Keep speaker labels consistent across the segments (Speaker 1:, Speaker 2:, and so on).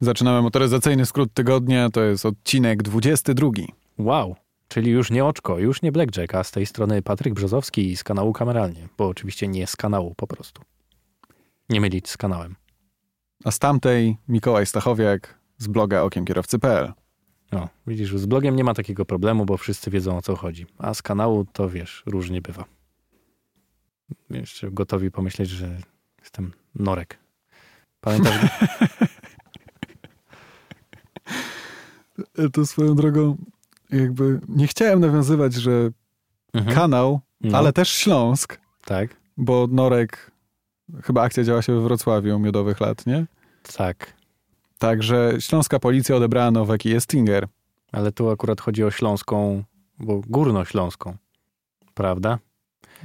Speaker 1: Zaczynamy motoryzacyjny skrót tygodnia, to jest odcinek 22.
Speaker 2: Wow, czyli już nie oczko, już nie Blackjack, a z tej strony Patryk Brzozowski z kanału Kameralnie, bo oczywiście nie z kanału po prostu. Nie mylić z kanałem.
Speaker 1: A z tamtej Mikołaj Stachowiak z bloga okienkierowcy.pl.
Speaker 2: No, widzisz, z blogiem nie ma takiego problemu, bo wszyscy wiedzą o co chodzi. A z kanału to wiesz, różnie bywa. Jeszcze gotowi pomyśleć, że jestem norek. Pamiętasz,
Speaker 1: E, To swoją drogą jakby nie chciałem nawiązywać, że
Speaker 2: Mhm.
Speaker 1: kanał,
Speaker 2: No,
Speaker 1: ale też Śląsk,
Speaker 2: Tak,
Speaker 1: bo Norek, chyba akcja działa się we Wrocławiu miodowych lat, nie?
Speaker 2: tak.
Speaker 1: Także śląska policja odebrała nowe kije Stinger.
Speaker 2: Ale tu akurat chodzi o śląską, bo górnośląską, prawda?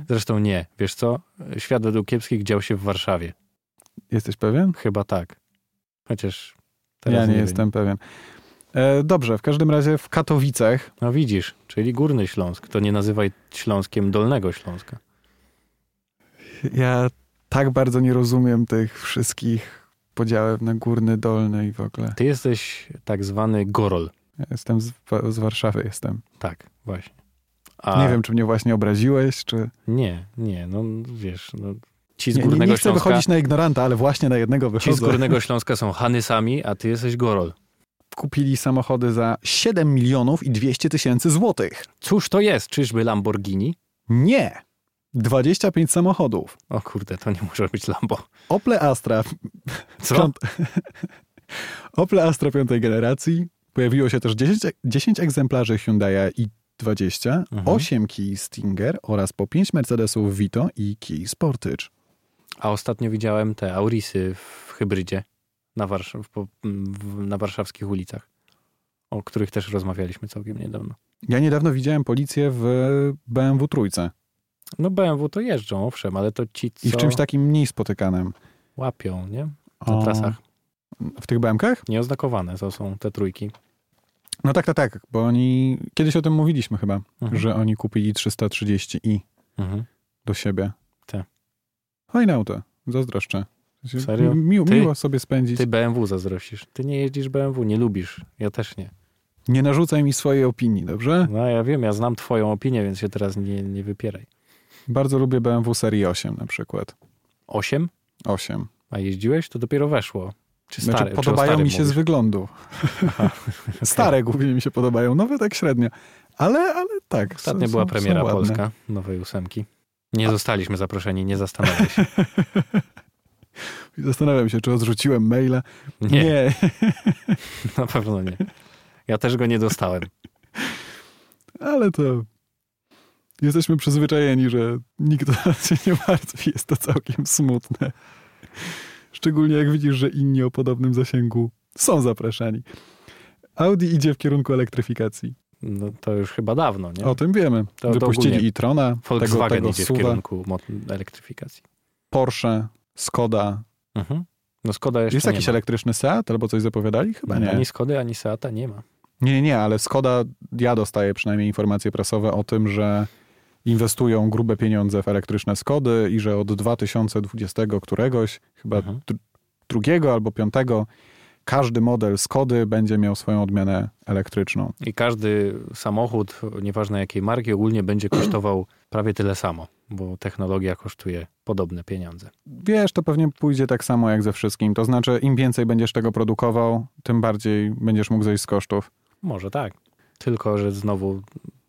Speaker 2: Zresztą nie, wiesz co? Świat według kiepskich dział się w Warszawie.
Speaker 1: Jesteś pewien?
Speaker 2: Chyba tak. Chociaż teraz
Speaker 1: Ja nie,
Speaker 2: wiem.
Speaker 1: jestem pewien. E, dobrze, w każdym razie w Katowicach
Speaker 2: No widzisz, czyli Górny Śląsk. To nie nazywaj Śląskiem Dolnego Śląska.
Speaker 1: Ja tak bardzo nie rozumiem tych wszystkich podziałów na górny, dolny i w ogóle.
Speaker 2: Ty jesteś tak zwany Gorol.
Speaker 1: Ja jestem z, Wa- z Warszawy, jestem.
Speaker 2: Tak, właśnie. A
Speaker 1: Nie wiem, czy mnie właśnie obraziłeś, czy...
Speaker 2: Nie, nie, no wiesz, no, ci z
Speaker 1: Nie,
Speaker 2: Górnego
Speaker 1: nie, nie chcę
Speaker 2: Śląska...
Speaker 1: wychodzić na ignoranta, ale właśnie na jednego
Speaker 2: Ci z
Speaker 1: wychodzę.
Speaker 2: Górnego Śląska są Hanysami, a ty jesteś Gorol.
Speaker 1: Kupili samochody za 7 milionów i 200 tysięcy złotych.
Speaker 2: Cóż to jest? Czyżby Lamborghini?
Speaker 1: Nie! 25 samochodów.
Speaker 2: O kurde, to nie może być Lambo.
Speaker 1: Opel Astra,
Speaker 2: Co?
Speaker 1: Piąt- Opel Astra piątej generacji. Pojawiło się też 10, e- 10 egzemplarzy Hyundai'a i20,
Speaker 2: Mhm.
Speaker 1: 8 Kia Stinger oraz po 5 Mercedesów Vito i Kia Sportage.
Speaker 2: A ostatnio widziałem te Aurisy w hybrydzie na, Warsz- w, po- w, na warszawskich ulicach, o których też rozmawialiśmy całkiem niedawno.
Speaker 1: Ja niedawno widziałem policję w BMW trójce
Speaker 2: No BMW to jeżdżą, owszem, ale to ci, co
Speaker 1: i w czymś takim mniej spotykanym.
Speaker 2: łapią, nie? Na
Speaker 1: O,
Speaker 2: trasach.
Speaker 1: W tych BMKach?
Speaker 2: Nieoznakowane to są te trójki.
Speaker 1: No tak, tak, tak, bo oni, kiedyś o tym mówiliśmy chyba,
Speaker 2: Mhm.
Speaker 1: że oni kupili 330i
Speaker 2: Mhm.
Speaker 1: do siebie.
Speaker 2: Tak.
Speaker 1: Fajne auto, zazdroszczę.
Speaker 2: Serio?
Speaker 1: Mi,
Speaker 2: Ty-
Speaker 1: miło sobie spędzić.
Speaker 2: Ty BMW zazdrościsz. Ty nie jeździsz BMW, nie lubisz. Ja też nie.
Speaker 1: Nie narzucaj mi swojej opinii, dobrze?
Speaker 2: No ja wiem, ja znam twoją opinię, więc się teraz nie, nie wypieraj.
Speaker 1: Bardzo lubię BMW serii 8 na przykład.
Speaker 2: Osiem?
Speaker 1: 8.
Speaker 2: A jeździłeś? To dopiero weszło. Czy stare?
Speaker 1: Znaczy,
Speaker 2: czy o
Speaker 1: podobają
Speaker 2: starym
Speaker 1: mi się z
Speaker 2: mówisz?
Speaker 1: wyglądu. Stare głównie mi się podobają, nowe tak średnio. Ale, ale tak. są-
Speaker 2: Ostatnio
Speaker 1: są-
Speaker 2: była
Speaker 1: są
Speaker 2: premiera
Speaker 1: ładne.
Speaker 2: polska nowej ósemki. Nie zostaliśmy zaproszeni, nie zastanawiaj się.
Speaker 1: Zastanawiam się, czy odrzuciłem maila.
Speaker 2: Nie, na pewno nie. Ja też go nie dostałem.
Speaker 1: ale to... Jesteśmy przyzwyczajeni, że nikt o nas się nie martwi. Jest to całkiem smutne. Szczególnie jak widzisz, że inni o podobnym zasięgu są zapraszani. Audi idzie w kierunku elektryfikacji.
Speaker 2: No, to już chyba dawno, nie?
Speaker 1: O tym wiemy.
Speaker 2: To- to
Speaker 1: Wypuścili
Speaker 2: ogólnie
Speaker 1: i Trona, tego,
Speaker 2: Volkswagen
Speaker 1: tego
Speaker 2: idzie w
Speaker 1: Suwa,
Speaker 2: kierunku mot- elektryfikacji.
Speaker 1: Porsche, Skoda.
Speaker 2: Mhm. No Skoda jeszcze
Speaker 1: Jest
Speaker 2: nie
Speaker 1: jakiś
Speaker 2: ma.
Speaker 1: elektryczny Seat albo coś zapowiadali? Chyba nie.
Speaker 2: Ani Skody, ani Seata nie ma.
Speaker 1: Nie, nie, nie, ale Skoda, ja dostaję przynajmniej informacje prasowe o tym, że inwestują grube pieniądze w elektryczne Skody i że od 2020 któregoś, chyba
Speaker 2: Mhm.
Speaker 1: dr- drugiego albo piątego, każdy model Skody będzie miał swoją odmianę elektryczną.
Speaker 2: I każdy samochód, nieważne jakiej marki, ogólnie będzie kosztował prawie tyle samo, bo technologia kosztuje podobne pieniądze.
Speaker 1: Wiesz, to pewnie pójdzie tak samo jak ze wszystkim. To znaczy, im więcej będziesz tego produkował, tym bardziej będziesz mógł zejść z kosztów.
Speaker 2: Może tak. Tylko, że znowu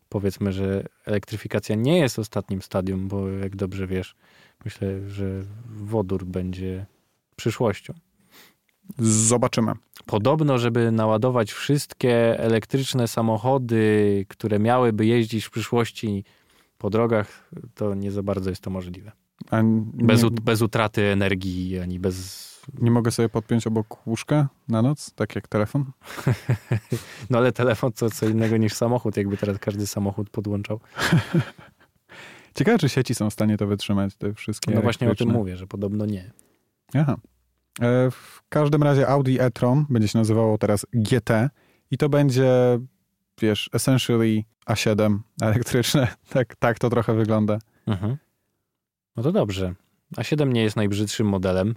Speaker 2: powiedzmy, że elektryfikacja nie jest ostatnim stadium, bo jak dobrze wiesz, myślę, że wodór będzie przyszłością.
Speaker 1: Zobaczymy.
Speaker 2: Podobno, żeby naładować wszystkie elektryczne samochody, które miałyby jeździć w przyszłości po drogach, to nie za bardzo jest to możliwe.
Speaker 1: A n- nie,
Speaker 2: Bez, ut- bez utraty energii, ani bez...
Speaker 1: nie mogę sobie podpiąć obok łóżka na noc, tak jak telefon?
Speaker 2: No ale telefon to co innego niż samochód, jakby teraz każdy samochód podłączał.
Speaker 1: Ciekawe, czy sieci są w stanie to wytrzymać, te wszystkie
Speaker 2: No właśnie o tym
Speaker 1: elektryczne.
Speaker 2: mówię, że podobno nie.
Speaker 1: Aha. E, W każdym razie Audi e-tron będzie się nazywało teraz GT i to będzie, wiesz, essentially A7 elektryczne. Tak, tak to trochę wygląda.
Speaker 2: Mhm. No to dobrze. A7 nie jest najbrzydszym modelem,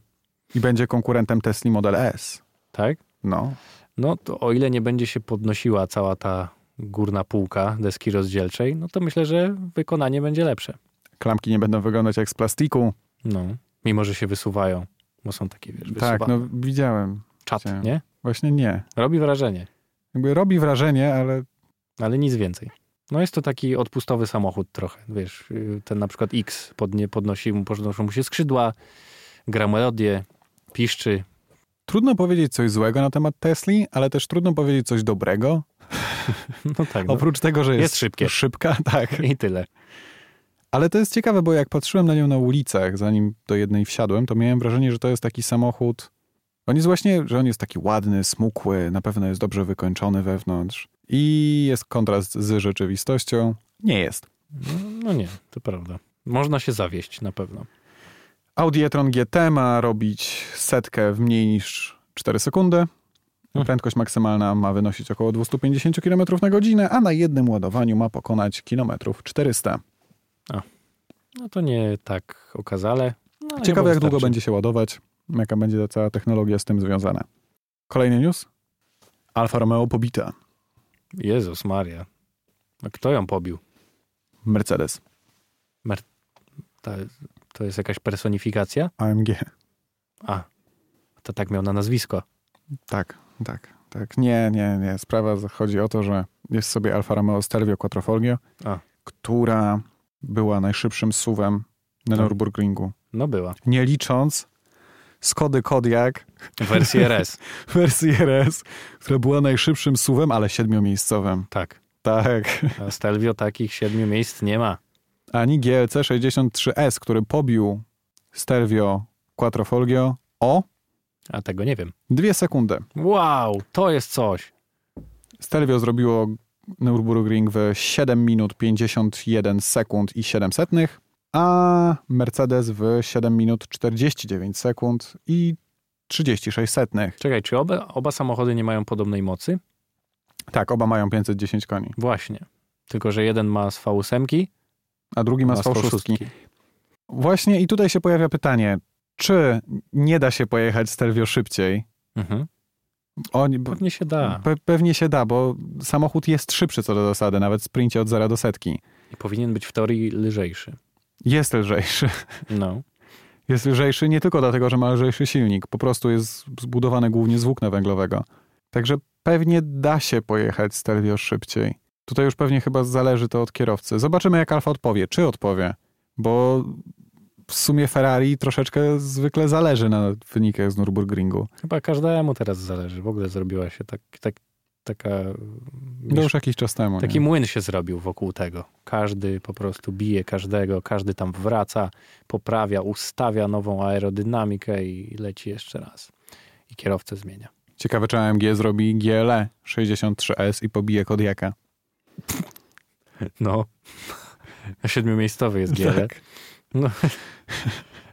Speaker 1: I będzie konkurentem Tesli Model S.
Speaker 2: tak?
Speaker 1: No.
Speaker 2: No to o ile nie będzie się podnosiła cała ta górna półka deski rozdzielczej, no to myślę, że wykonanie będzie lepsze.
Speaker 1: Klamki nie będą wyglądać jak z plastiku.
Speaker 2: No, mimo że się wysuwają, bo są takie, wiesz, wysuwane.
Speaker 1: Tak, no widziałem.
Speaker 2: Czat,
Speaker 1: widziałem.
Speaker 2: nie?
Speaker 1: Właśnie nie.
Speaker 2: Robi wrażenie,
Speaker 1: Jakby robi wrażenie, ale
Speaker 2: ale nic więcej. No jest to taki odpustowy samochód trochę, wiesz, yy, ten na przykład X podnie, podnosi mu, podnoszą mu się skrzydła, gra melodię, piszczy.
Speaker 1: trudno powiedzieć coś złego na temat Tesli, ale też trudno powiedzieć coś dobrego.
Speaker 2: No tak, no.
Speaker 1: Oprócz tego, że jest,
Speaker 2: Jest szybkie.
Speaker 1: szybka, tak.
Speaker 2: i tyle.
Speaker 1: Ale to jest ciekawe, bo jak patrzyłem na nią na ulicach, zanim do jednej wsiadłem, to miałem wrażenie, że to jest taki samochód. On jest właśnie, że on jest taki ładny, smukły, na pewno jest dobrze wykończony wewnątrz i jest kontrast z rzeczywistością. Nie jest.
Speaker 2: No, no nie, to prawda. Można się zawieść na pewno.
Speaker 1: Audi e-tron GT ma robić setkę w mniej niż 4 sekundy.
Speaker 2: Mhm.
Speaker 1: Prędkość maksymalna ma wynosić około 250 km na godzinę, a na jednym ładowaniu ma pokonać kilometrów 400.
Speaker 2: No to nie tak okazale. No, ale chyba
Speaker 1: Ciekawe, jak długo
Speaker 2: wystarczy.
Speaker 1: będzie się ładować, jaka będzie ta cała technologia z tym związana. Kolejny news. Alfa Romeo pobita.
Speaker 2: Jezus Maria. No kto ją pobił?
Speaker 1: Mercedes.
Speaker 2: Ta, to jest jakaś personifikacja?
Speaker 1: AMG.
Speaker 2: A, to tak miał na nazwisko.
Speaker 1: Tak, tak, tak. Nie, nie, nie. Sprawa z- chodzi o to, że jest sobie Alfa Romeo Stelvio Quattrofoglio,
Speaker 2: A.
Speaker 1: która była najszybszym suwem na
Speaker 2: Tak.
Speaker 1: Nürburgringu.
Speaker 2: No była.
Speaker 1: Nie licząc Skody Kodiak
Speaker 2: Wersji RS.
Speaker 1: wersji RS, która była najszybszym suwem, ale siedmiomiejscowym.
Speaker 2: Tak.
Speaker 1: Tak.
Speaker 2: A Stelvio takich siedmiu miejsc nie ma.
Speaker 1: ani GLC 63S, który pobił Stelvio Quattrofoglio o
Speaker 2: A tego nie wiem.
Speaker 1: 2 sekundy.
Speaker 2: Wow, to jest coś.
Speaker 1: Stelvio zrobiło Nürburgring w 7 minut 51 sekund i 700, a Mercedes w 7 minut 49 sekund i 36 setnych.
Speaker 2: Czekaj, czy oba, oba samochody nie mają podobnej mocy?
Speaker 1: Tak, oba mają 510 koni,
Speaker 2: Właśnie. Tylko, że jeden ma z V8,
Speaker 1: a drugi ma
Speaker 2: a z
Speaker 1: 106.
Speaker 2: V6.
Speaker 1: Właśnie i tutaj się pojawia pytanie, czy nie da się pojechać Stelvio szybciej?
Speaker 2: Mhm.
Speaker 1: Oni, bo-
Speaker 2: Pewnie się da.
Speaker 1: Pe- pewnie się da, bo samochód jest szybszy co do zasady, nawet w sprincie od 0 do setki.
Speaker 2: I powinien być w teorii lżejszy.
Speaker 1: Jest lżejszy.
Speaker 2: No.
Speaker 1: Jest lżejszy nie tylko dlatego, że ma lżejszy silnik, po prostu jest zbudowany głównie z włókna węglowego. Także pewnie da się pojechać Stelvio szybciej. Tutaj już pewnie chyba zależy to od kierowcy. Zobaczymy jak Alfa odpowie, czy odpowie, bo w sumie Ferrari troszeczkę zwykle zależy na wynikach z Nürburgringu.
Speaker 2: Chyba każdemu teraz zależy. W ogóle zrobiła się tak, tak, taka.
Speaker 1: To już jakiś czas temu.
Speaker 2: Taki
Speaker 1: nie?
Speaker 2: młyn się zrobił wokół tego. Każdy po prostu bije każdego, każdy tam wraca, poprawia, ustawia nową aerodynamikę i leci jeszcze raz. I kierowcę zmienia.
Speaker 1: Ciekawe czy AMG zrobi E GLE 63S i pobije Kodiaka.
Speaker 2: No. Siedmiomiejscowy jest GL.
Speaker 1: Tak.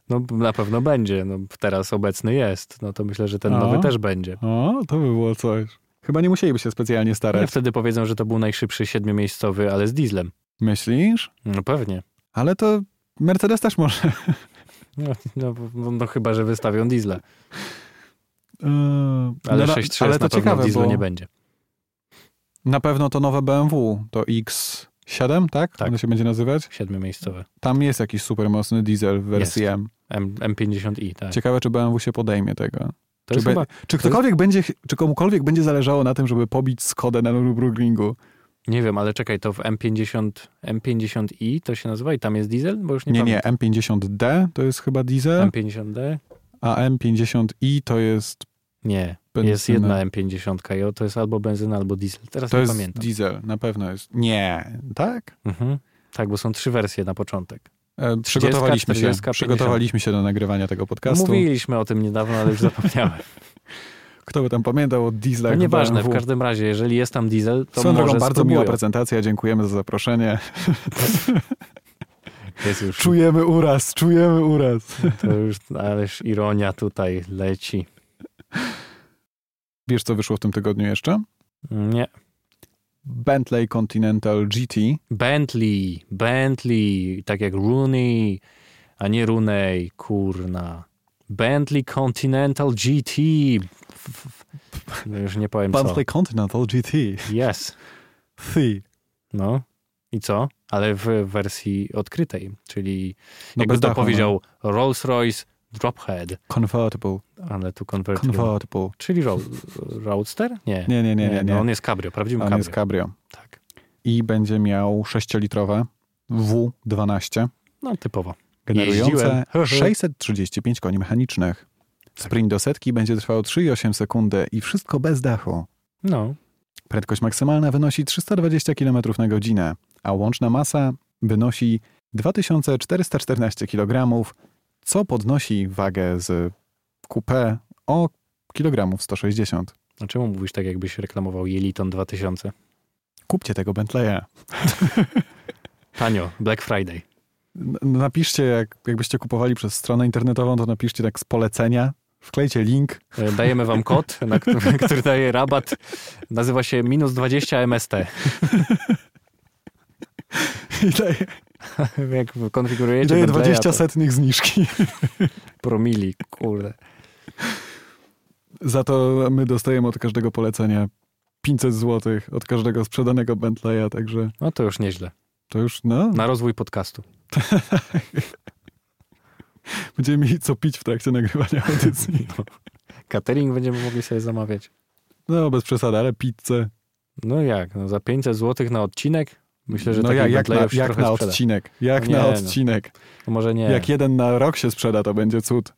Speaker 2: No na pewno będzie. No, teraz obecny jest. No to myślę, że ten
Speaker 1: A.
Speaker 2: nowy też będzie.
Speaker 1: O, to by było coś. Chyba nie musieliby się specjalnie
Speaker 2: Ale
Speaker 1: starać.
Speaker 2: wtedy powiedzą, że to był najszybszy siedmiomiejscowy, ale z dieslem.
Speaker 1: Myślisz?
Speaker 2: No pewnie.
Speaker 1: Ale to Mercedes też może.
Speaker 2: No, no, no, no chyba, że wystawią diesla.
Speaker 1: Yy,
Speaker 2: Ale
Speaker 1: no,
Speaker 2: 6.3 ale na pewno w dieslu nie będzie.
Speaker 1: na pewno to nowe BMW, to X7, tak?
Speaker 2: Tak.
Speaker 1: Ono się będzie nazywać?
Speaker 2: Siedmiomiejscowe.
Speaker 1: Tam jest jakiś super mocny diesel w wersji M.
Speaker 2: M, M50i, tak.
Speaker 1: Ciekawe, czy BMW się podejmie tego.
Speaker 2: To jest
Speaker 1: be-
Speaker 2: chyba...
Speaker 1: Czy ktokolwiek będzie, czy komukolwiek będzie zależało na tym, żeby pobić Skodę na Nürburgringu?
Speaker 2: Nie wiem, ale czekaj, to w M50, M50i to się nazywa i tam jest diesel? Bo już nie,
Speaker 1: Nie, nie,
Speaker 2: pamiętam.
Speaker 1: M50D to jest chyba diesel,
Speaker 2: M50D?
Speaker 1: a M50i to jest,
Speaker 2: Nie. Jest
Speaker 1: Benzyna.
Speaker 2: jedna M50 i o, to jest albo benzyna, albo diesel. Teraz
Speaker 1: to
Speaker 2: nie
Speaker 1: jest
Speaker 2: pamiętam.
Speaker 1: diesel, na pewno jest. Nie, tak?
Speaker 2: Mhm. Tak, bo są trzy wersje na początek.
Speaker 1: E, Przygotowaliśmy,
Speaker 2: 40,
Speaker 1: się,
Speaker 2: 50.
Speaker 1: przygotowaliśmy się do nagrywania tego podcastu.
Speaker 2: Mówiliśmy o tym niedawno, ale już zapomniałem.
Speaker 1: Kto by tam pamiętał o
Speaker 2: No
Speaker 1: dieslach
Speaker 2: nieważne, w
Speaker 1: Tak, BMW.
Speaker 2: każdym razie, jeżeli jest tam diesel, to
Speaker 1: Swoją
Speaker 2: może
Speaker 1: drogą, bardzo
Speaker 2: spróbują.
Speaker 1: miła prezentacja, dziękujemy za zaproszenie.
Speaker 2: To jest już,
Speaker 1: Czujemy uraz, czujemy uraz.
Speaker 2: to już, ależ ironia tutaj leci.
Speaker 1: Wiesz, co wyszło w tym tygodniu jeszcze?
Speaker 2: Nie.
Speaker 1: Bentley Continental GT.
Speaker 2: Bentley, Bentley, tak jak Rooney, a nie Rooney, kurna. Bentley Continental GT. F- f- No już nie powiem co.
Speaker 1: Bentley Continental GT.
Speaker 2: Yes.
Speaker 1: Thi.
Speaker 2: No. I co? Ale w wersji odkrytej, czyli
Speaker 1: No
Speaker 2: jakby
Speaker 1: bez
Speaker 2: to
Speaker 1: dachu,
Speaker 2: powiedział Rolls-Royce Drophead,
Speaker 1: No. Convertible.
Speaker 2: ale tu konwertują.
Speaker 1: Convertible.
Speaker 2: Czyli ro Roadster? Nie.
Speaker 1: Nie, nie, nie, nie. nie.
Speaker 2: No on jest cabrio, prawdziwym
Speaker 1: On
Speaker 2: cabrio.
Speaker 1: jest cabrio.
Speaker 2: tak.
Speaker 1: I będzie miał 6-litrowe W12,
Speaker 2: No typowo. Jeździłem.
Speaker 1: generujące 635 koni mechanicznych. Sprint do setki będzie trwał 3,8 sekundy i wszystko bez dachu.
Speaker 2: No.
Speaker 1: Prędkość maksymalna wynosi 320 km na godzinę, a łączna masa wynosi 2414 kg, co podnosi wagę z coupé o kilogramów 160.
Speaker 2: A czemu mówisz tak, jakbyś reklamował Jeliton 2000?
Speaker 1: Kupcie tego Bentleya.
Speaker 2: Tanio, Black Friday.
Speaker 1: N- Napiszcie, jak, jakbyście kupowali przez stronę internetową, to napiszcie tak z polecenia, wklejcie link.
Speaker 2: E, Dajemy wam kod, na który, który daje rabat. Nazywa się minus 20 MST.
Speaker 1: I daje,
Speaker 2: Jak
Speaker 1: i
Speaker 2: konfigurujecie
Speaker 1: daje
Speaker 2: Bentleya,
Speaker 1: 20
Speaker 2: to
Speaker 1: setnych zniżki.
Speaker 2: promili, kurde.
Speaker 1: Za to my dostajemy od każdego polecenia 500 zł od każdego sprzedanego Bentleya, także
Speaker 2: No to już nieźle.
Speaker 1: to już, no,
Speaker 2: Na rozwój podcastu.
Speaker 1: Będziemy mieli co pić w trakcie nagrywania audycji.
Speaker 2: No. Catering będziemy mogli sobie zamawiać.
Speaker 1: No, bez przesady, ale pizzę.
Speaker 2: No jak, no za 500 zł na odcinek? Myślę, że
Speaker 1: no,
Speaker 2: taki
Speaker 1: jak, jak, na,
Speaker 2: już
Speaker 1: jak
Speaker 2: trochę
Speaker 1: na
Speaker 2: sprzeda.
Speaker 1: odcinek. Jak
Speaker 2: Nie,
Speaker 1: na
Speaker 2: no.
Speaker 1: odcinek.
Speaker 2: No Może nie.
Speaker 1: Jak jeden na rok się sprzeda, to będzie cud.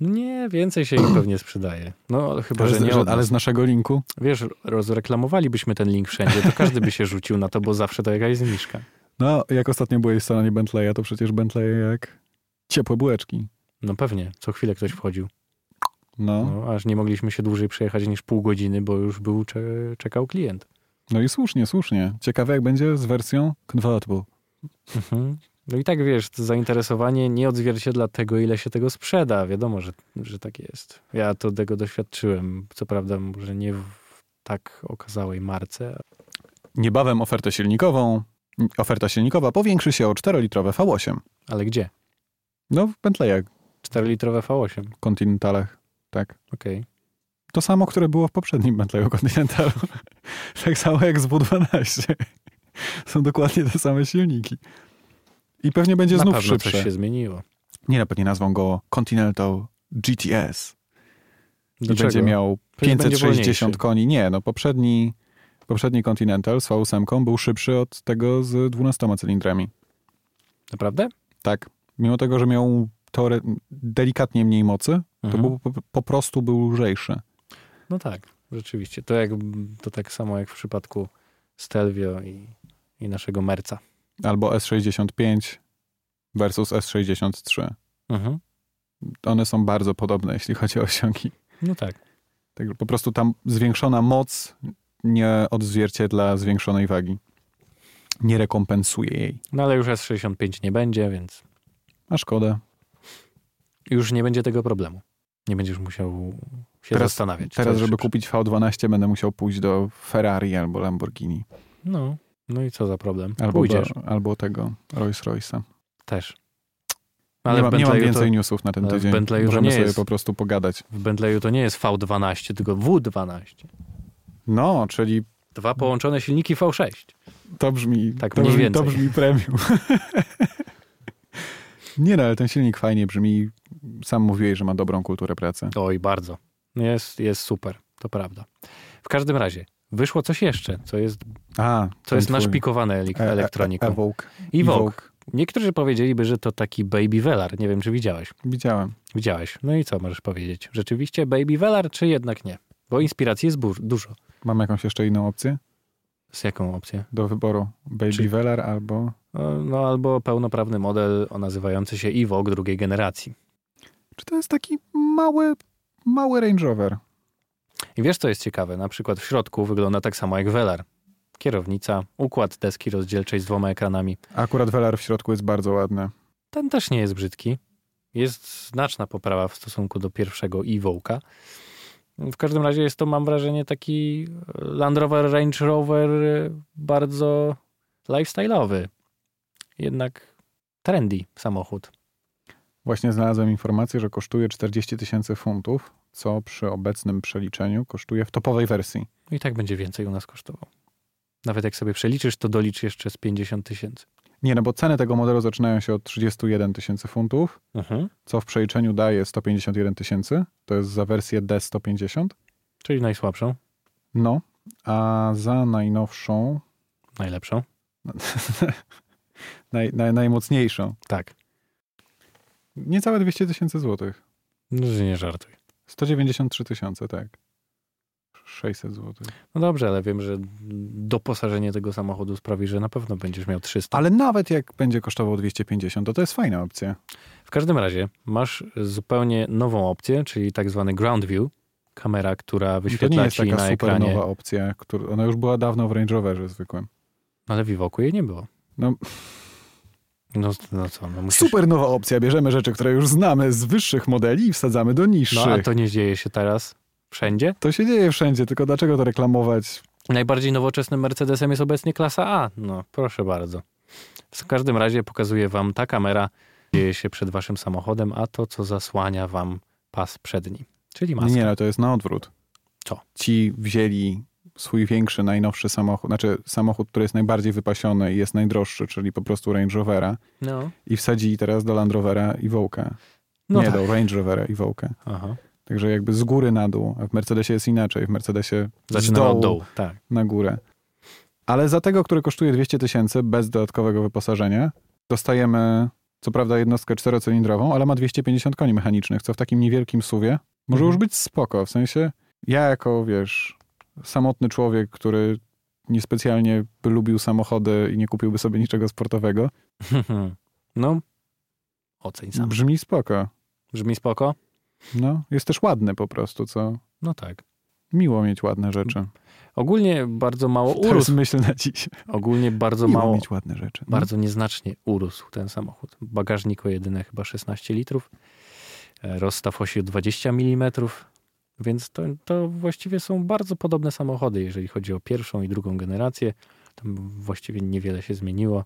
Speaker 2: Nie, więcej się im pewnie sprzedaje. No chyba,
Speaker 1: Ale
Speaker 2: że
Speaker 1: z,
Speaker 2: nie.
Speaker 1: że-
Speaker 2: od nas.
Speaker 1: ale z naszego linku?
Speaker 2: Wiesz, rozreklamowalibyśmy ten link wszędzie, to każdy by się rzucił na to, bo zawsze to jakaś zniżka.
Speaker 1: No, jak ostatnio byłeś w salonie Bentleya, to przecież Bentley jak ciepłe bułeczki.
Speaker 2: No pewnie, co chwilę ktoś wchodził.
Speaker 1: No,
Speaker 2: No, aż nie mogliśmy się dłużej przejechać niż pół godziny, bo już był cze- czekał klient.
Speaker 1: no i słusznie, słusznie. Ciekawe, jak będzie z wersją convertible.
Speaker 2: Mhm. No i tak wiesz, to zainteresowanie nie odzwierciedla tego, ile się tego sprzeda. Wiadomo, że, że tak jest. Ja to tego doświadczyłem, co prawda, może nie w tak okazałej marce.
Speaker 1: Niebawem ofertę silnikową, oferta silnikowa powiększy się o 4-litrowe V8.
Speaker 2: Ale gdzie?
Speaker 1: No, w Bentleya
Speaker 2: 4-litrowe V8.
Speaker 1: Continentalach, tak.
Speaker 2: Okej.
Speaker 1: To samo, które było w poprzednim Bentleyu Continentalu. tak samo jak z W12. Są dokładnie te same silniki. I pewnie będzie
Speaker 2: Na
Speaker 1: znów
Speaker 2: pewno coś
Speaker 1: szybsze.
Speaker 2: się zmieniło.
Speaker 1: Nie, na pewnie nazwą go Continental GTS.
Speaker 2: Do
Speaker 1: I będzie
Speaker 2: czego?
Speaker 1: miał
Speaker 2: Pewnie będzie
Speaker 1: 560
Speaker 2: wolniejszy.
Speaker 1: koni. Nie, no poprzedni, poprzedni Continental z V8 był szybszy od tego z 12 cylindrami.
Speaker 2: Naprawdę?
Speaker 1: Tak. Mimo tego, że miał teore- delikatnie mniej mocy, to
Speaker 2: Mhm.
Speaker 1: był, po, po prostu był lżejszy.
Speaker 2: No tak, rzeczywiście. To, jak, to tak samo jak w przypadku Stelvio i, i naszego Merca.
Speaker 1: Albo S65 versus S63.
Speaker 2: Mhm.
Speaker 1: one są bardzo podobne, jeśli chodzi o osiągi.
Speaker 2: No tak.
Speaker 1: Także po prostu tam zwiększona moc nie odzwierciedla zwiększonej wagi. Nie rekompensuje jej.
Speaker 2: No ale już S65 nie będzie, więc
Speaker 1: A szkoda.
Speaker 2: już nie będzie tego problemu. Nie będziesz musiał się
Speaker 1: Teraz-
Speaker 2: zastanawiać. co
Speaker 1: Teraz,
Speaker 2: jest
Speaker 1: żeby
Speaker 2: szybsze.
Speaker 1: kupić V12, będę musiał pójść do Ferrari albo Lamborghini.
Speaker 2: No. no i co za problem?
Speaker 1: Albo, do,
Speaker 2: Pójdziesz
Speaker 1: albo tego Rolls Royce'a.
Speaker 2: też. Ale
Speaker 1: Nie, mam-
Speaker 2: w,
Speaker 1: nie mam
Speaker 2: Bentleyu
Speaker 1: więcej
Speaker 2: to,
Speaker 1: newsów na ten
Speaker 2: ale w
Speaker 1: tydzień.
Speaker 2: Bentleyu to
Speaker 1: Możemy
Speaker 2: nie
Speaker 1: sobie
Speaker 2: jest.
Speaker 1: po prostu pogadać.
Speaker 2: w Bentleyu to nie jest V12, tylko W12.
Speaker 1: No, czyli
Speaker 2: Dwa połączone silniki V6.
Speaker 1: to brzmi.
Speaker 2: Tak
Speaker 1: to
Speaker 2: mniej
Speaker 1: brzmi, to
Speaker 2: więcej.
Speaker 1: brzmi premium. nie no, ale ten silnik fajnie brzmi. Sam mówiłeś, że ma dobrą kulturę pracy.
Speaker 2: Oj, bardzo. Jest, jest super, to prawda. W każdym razie, wyszło coś jeszcze, co jest
Speaker 1: A,
Speaker 2: To jest
Speaker 1: ten twój.
Speaker 2: naszpikowane elik-
Speaker 1: E- e-
Speaker 2: elektroniką.
Speaker 1: Evoke.
Speaker 2: I Vogue.
Speaker 1: Evoke.
Speaker 2: Niektórzy powiedzieliby, że to taki Baby Velar. Nie wiem, czy widziałeś.
Speaker 1: Widziałem.
Speaker 2: Widziałeś. No i co możesz powiedzieć? Rzeczywiście Baby Velar, czy jednak nie? Bo inspiracji jest bur- dużo.
Speaker 1: Mam jakąś jeszcze inną opcję
Speaker 2: Z jaką opcją?
Speaker 1: do wyboru? Baby
Speaker 2: Czy-
Speaker 1: Velar albo...
Speaker 2: No, no albo pełnoprawny model o nazywający się Evoque drugiej generacji.
Speaker 1: Czy to jest taki mały, mały Range Rover?
Speaker 2: I wiesz, co jest ciekawe? Na przykład w środku wygląda tak samo jak Velar. Kierownica, układ deski rozdzielczej z dwoma ekranami.
Speaker 1: Akurat Velar w środku jest bardzo ładny.
Speaker 2: Ten też nie jest brzydki. Jest znaczna poprawa w stosunku do pierwszego Evoke'a. W każdym razie jest to, mam wrażenie, taki Land Rover, Range Rover y, bardzo lifestyle'owy. Jednak trendy samochód.
Speaker 1: Właśnie znalazłem informację, że kosztuje 40 tysięcy funtów, co przy obecnym przeliczeniu kosztuje w topowej wersji.
Speaker 2: I tak będzie więcej u nas kosztował. Nawet jak sobie przeliczysz, to dolicz jeszcze z 50 tysięcy.
Speaker 1: Nie, no bo ceny tego modelu zaczynają się od 31 tysięcy funtów, co w przeliczeniu daje 151 tysięcy. To jest za wersję D150.
Speaker 2: Czyli najsłabszą,
Speaker 1: No, a za najnowszą,
Speaker 2: najlepszą.
Speaker 1: naj, naj, najmocniejszą,
Speaker 2: Tak.
Speaker 1: niecałe 200 tysięcy złotych.
Speaker 2: No, że nie żartuj.
Speaker 1: 193 tysiące, tak. 600 złotych.
Speaker 2: No dobrze, ale wiem, że doposażenie tego samochodu sprawi, że na pewno będziesz miał 300.
Speaker 1: Ale nawet jak będzie kosztował 250, to to jest fajna opcja.
Speaker 2: W każdym razie masz zupełnie nową opcję, czyli tak zwany ground view. Kamera, która
Speaker 1: To nie
Speaker 2: wyświetla
Speaker 1: jest
Speaker 2: ci
Speaker 1: taka
Speaker 2: na
Speaker 1: super
Speaker 2: ekranie.
Speaker 1: nowa opcja, która, ona już była dawno w Range Roverze zwykłym.
Speaker 2: No ale w Evoku jej nie było.
Speaker 1: No.
Speaker 2: No, no co, no musisz...
Speaker 1: Super nowa opcja, bierzemy rzeczy, które już znamy z wyższych modeli i wsadzamy do
Speaker 2: No a
Speaker 1: niższych.
Speaker 2: to nie dzieje się teraz wszędzie.
Speaker 1: To się dzieje wszędzie, tylko dlaczego to reklamować?
Speaker 2: Najbardziej nowoczesnym Mercedesem jest obecnie klasa A. No, proszę bardzo. W każdym razie pokazuje wam ta kamera, dzieje się przed waszym samochodem, a to, co zasłania wam pas przedni, czyli maska.
Speaker 1: Nie, no to jest na odwrót.
Speaker 2: Co?
Speaker 1: Ci wzięli swój większy, najnowszy samochód, znaczy samochód, który jest najbardziej wypasiony i jest najdroższy, czyli po prostu Range Rovera
Speaker 2: No,
Speaker 1: i wsadzili teraz do Land Rovera i Wołka.
Speaker 2: no
Speaker 1: nie,
Speaker 2: tak.
Speaker 1: do Range Rovera i Wołka.
Speaker 2: Aha.
Speaker 1: Także jakby z góry na dół, a w Mercedesie jest inaczej. W Mercedesie z
Speaker 2: Zaczynamy
Speaker 1: dołu,
Speaker 2: od dołu, tak.
Speaker 1: na górę. Ale za tego, który kosztuje 200 tysięcy bez dodatkowego wyposażenia, dostajemy co prawda jednostkę czterocylindrową, ale ma 250 koni mechanicznych, co w takim niewielkim suwie może
Speaker 2: Mhm.
Speaker 1: już być spoko. W sensie ja jako, wiesz, samotny człowiek, który niespecjalnie by lubił samochody i nie kupiłby sobie niczego sportowego,
Speaker 2: No, oceń sam.
Speaker 1: brzmi spoko.
Speaker 2: Brzmi spoko?
Speaker 1: No, jest też ładny po prostu, co
Speaker 2: No tak.
Speaker 1: miło mieć ładne rzeczy.
Speaker 2: Ogólnie bardzo mało
Speaker 1: To jest
Speaker 2: urósł.
Speaker 1: myśl na dziś.
Speaker 2: Ogólnie bardzo
Speaker 1: Miło
Speaker 2: mało,
Speaker 1: mieć ładne rzeczy. No.
Speaker 2: bardzo nieznacznie urósł ten samochód. Bagażnik o jedyne chyba 16 litrów, e, rozstaw osi 20 mm, więc to, to właściwie są bardzo podobne samochody, jeżeli chodzi o pierwszą i drugą generację. Tam właściwie niewiele się zmieniło,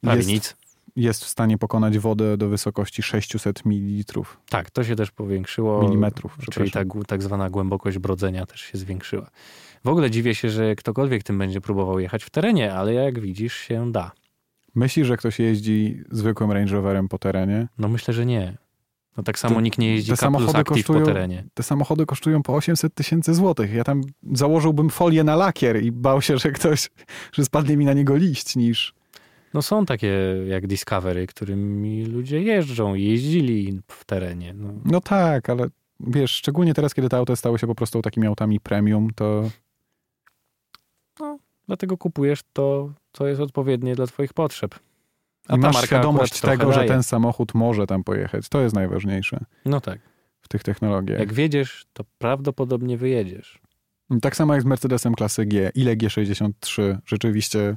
Speaker 2: prawie
Speaker 1: Jest
Speaker 2: nic.
Speaker 1: jest w stanie pokonać wodę do wysokości 600 ml.
Speaker 2: Tak, to się też powiększyło.
Speaker 1: Milimetrów,
Speaker 2: Czyli ta,
Speaker 1: przepraszam.
Speaker 2: gł- tak zwana głębokość brodzenia też się zwiększyła. W ogóle dziwię się, że ktokolwiek tym będzie próbował jechać w terenie, ale jak widzisz się da.
Speaker 1: Myślisz, że ktoś jeździ zwykłym Range Roverem po terenie?
Speaker 2: No myślę, że nie. No tak samo
Speaker 1: Te-
Speaker 2: nikt nie jeździ
Speaker 1: te
Speaker 2: K plus
Speaker 1: samochody
Speaker 2: Active po
Speaker 1: kosztują-
Speaker 2: terenie.
Speaker 1: Te samochody kosztują po 800 tysięcy złotych. Ja tam założyłbym folię na lakier i bał się, że ktoś, że spadnie mi na niego liść niż...
Speaker 2: No są takie jak Discovery, którymi ludzie jeżdżą, jeździli w terenie. No,
Speaker 1: No tak, ale wiesz, szczególnie teraz, kiedy te auta stały się po prostu takimi autami premium, to
Speaker 2: dlatego kupujesz to, co jest odpowiednie dla twoich potrzeb.
Speaker 1: I masz świadomość
Speaker 2: akurat trochę
Speaker 1: tego, że
Speaker 2: daje.
Speaker 1: ten samochód może tam pojechać. To jest najważniejsze
Speaker 2: No tak.
Speaker 1: w tych technologiach.
Speaker 2: Jak wiedziesz, to prawdopodobnie wyjedziesz.
Speaker 1: Tak samo jak z Mercedesem klasy G. Ile G63 rzeczywiście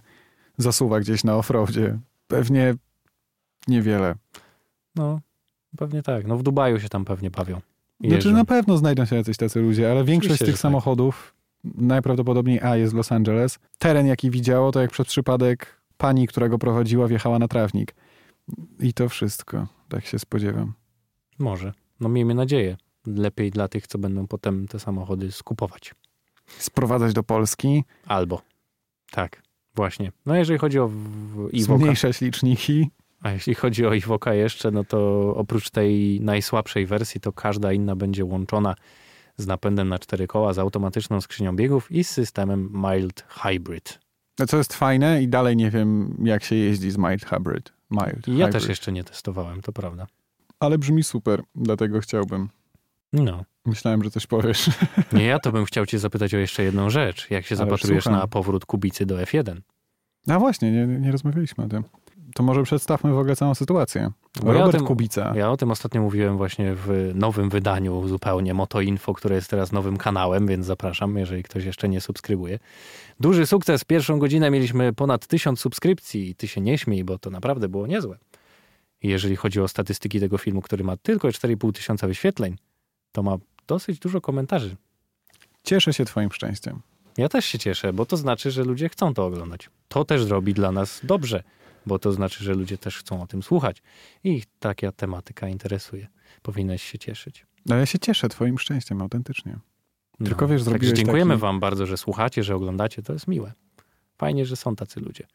Speaker 1: zasuwa gdzieś na offroadzie? Pewnie niewiele.
Speaker 2: No, pewnie tak. No w Dubaju się tam pewnie bawią. i
Speaker 1: Znaczy
Speaker 2: jeżdżą.
Speaker 1: na pewno znajdą się jacyś tacy ludzie, ale większość
Speaker 2: Oczywiście,
Speaker 1: z tych
Speaker 2: że tak.
Speaker 1: samochodów najprawdopodobniej A jest w Los Angeles. Teren jaki widziało, to jak przez przypadek pani, która go prowadziła, wjechała na trawnik. I to wszystko. Tak się spodziewam.
Speaker 2: Może. No miejmy nadzieję. Lepiej dla tych, co będą potem te samochody skupować.
Speaker 1: Sprowadzać do Polski,
Speaker 2: Albo. Tak, właśnie. No jeżeli chodzi o w- Iwoka,
Speaker 1: zmniejszać liczniki.
Speaker 2: a jeśli chodzi o Iwoka jeszcze, no to oprócz tej najsłabszej wersji, to każda inna będzie łączona z napędem na cztery koła, z automatyczną skrzynią biegów i z systemem Mild Hybrid.
Speaker 1: No, Co jest fajne i dalej nie wiem, jak się jeździ z Mild Hybrid. Mild
Speaker 2: I ja
Speaker 1: hybrid.
Speaker 2: też jeszcze nie testowałem, to prawda.
Speaker 1: Ale brzmi super, dlatego chciałbym.
Speaker 2: No.
Speaker 1: Myślałem, że coś powiesz.
Speaker 2: Nie, ja to bym chciał cię zapytać o jeszcze jedną rzecz. Jak się
Speaker 1: Ależ
Speaker 2: zapatrujesz
Speaker 1: słucham.
Speaker 2: na powrót Kubicy do F1?
Speaker 1: A No właśnie, nie, nie rozmawialiśmy o tym. To może przedstawmy w ogóle całą sytuację.
Speaker 2: Bo ja o
Speaker 1: Robert
Speaker 2: tym-
Speaker 1: Kubica.
Speaker 2: Ja o tym ostatnio mówiłem właśnie w nowym wydaniu zupełnie Motoinfo, które jest teraz nowym kanałem, więc zapraszam, jeżeli ktoś jeszcze nie subskrybuje. Duży sukces. Pierwszą godzinę mieliśmy ponad 1000 subskrypcji i ty się nie śmiej, bo to naprawdę było niezłe. I Jeżeli chodzi o statystyki tego filmu, który ma tylko 4,5 tysiąca wyświetleń, to ma dosyć dużo komentarzy.
Speaker 1: Cieszę się twoim szczęściem.
Speaker 2: Ja też się cieszę, bo to znaczy, że ludzie chcą to oglądać. To też robi dla nas dobrze, bo to znaczy, tak że ludzie też chcą o tym słuchać. I ich taka tematyka interesuje. Powinieneś się cieszyć.
Speaker 1: No
Speaker 2: No,
Speaker 1: ja się cieszę twoim szczęściem, autentycznie. Tylko wiesz, zrobiłeś
Speaker 2: Także dziękujemy
Speaker 1: taki-
Speaker 2: wam bardzo, że słuchacie, że oglądacie. To jest miłe. Fajnie, że są tacy ludzie.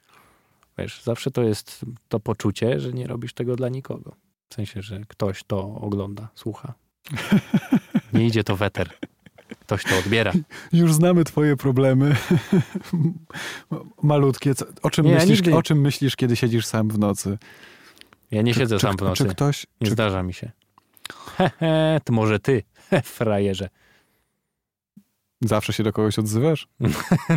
Speaker 2: Wiesz, zawsze to jest to poczucie, że nie robisz tego dla nikogo. W sensie, że ktoś to ogląda, słucha. Nie idzie to weter. Ktoś to odbiera.
Speaker 1: Już znamy twoje problemy. Malutkie. Co, o, czym
Speaker 2: Nie,
Speaker 1: myślisz,
Speaker 2: nigdy nie.
Speaker 1: o czym myślisz, kiedy siedzisz sam w nocy?
Speaker 2: Ja nie
Speaker 1: Czy-
Speaker 2: siedzę
Speaker 1: czy,
Speaker 2: sam w
Speaker 1: Czy
Speaker 2: nocy.
Speaker 1: ktoś...
Speaker 2: nie
Speaker 1: Czy,
Speaker 2: zdarza mi się. He, he, to może ty, he, frajerze.
Speaker 1: zawsze się do kogoś odzywasz?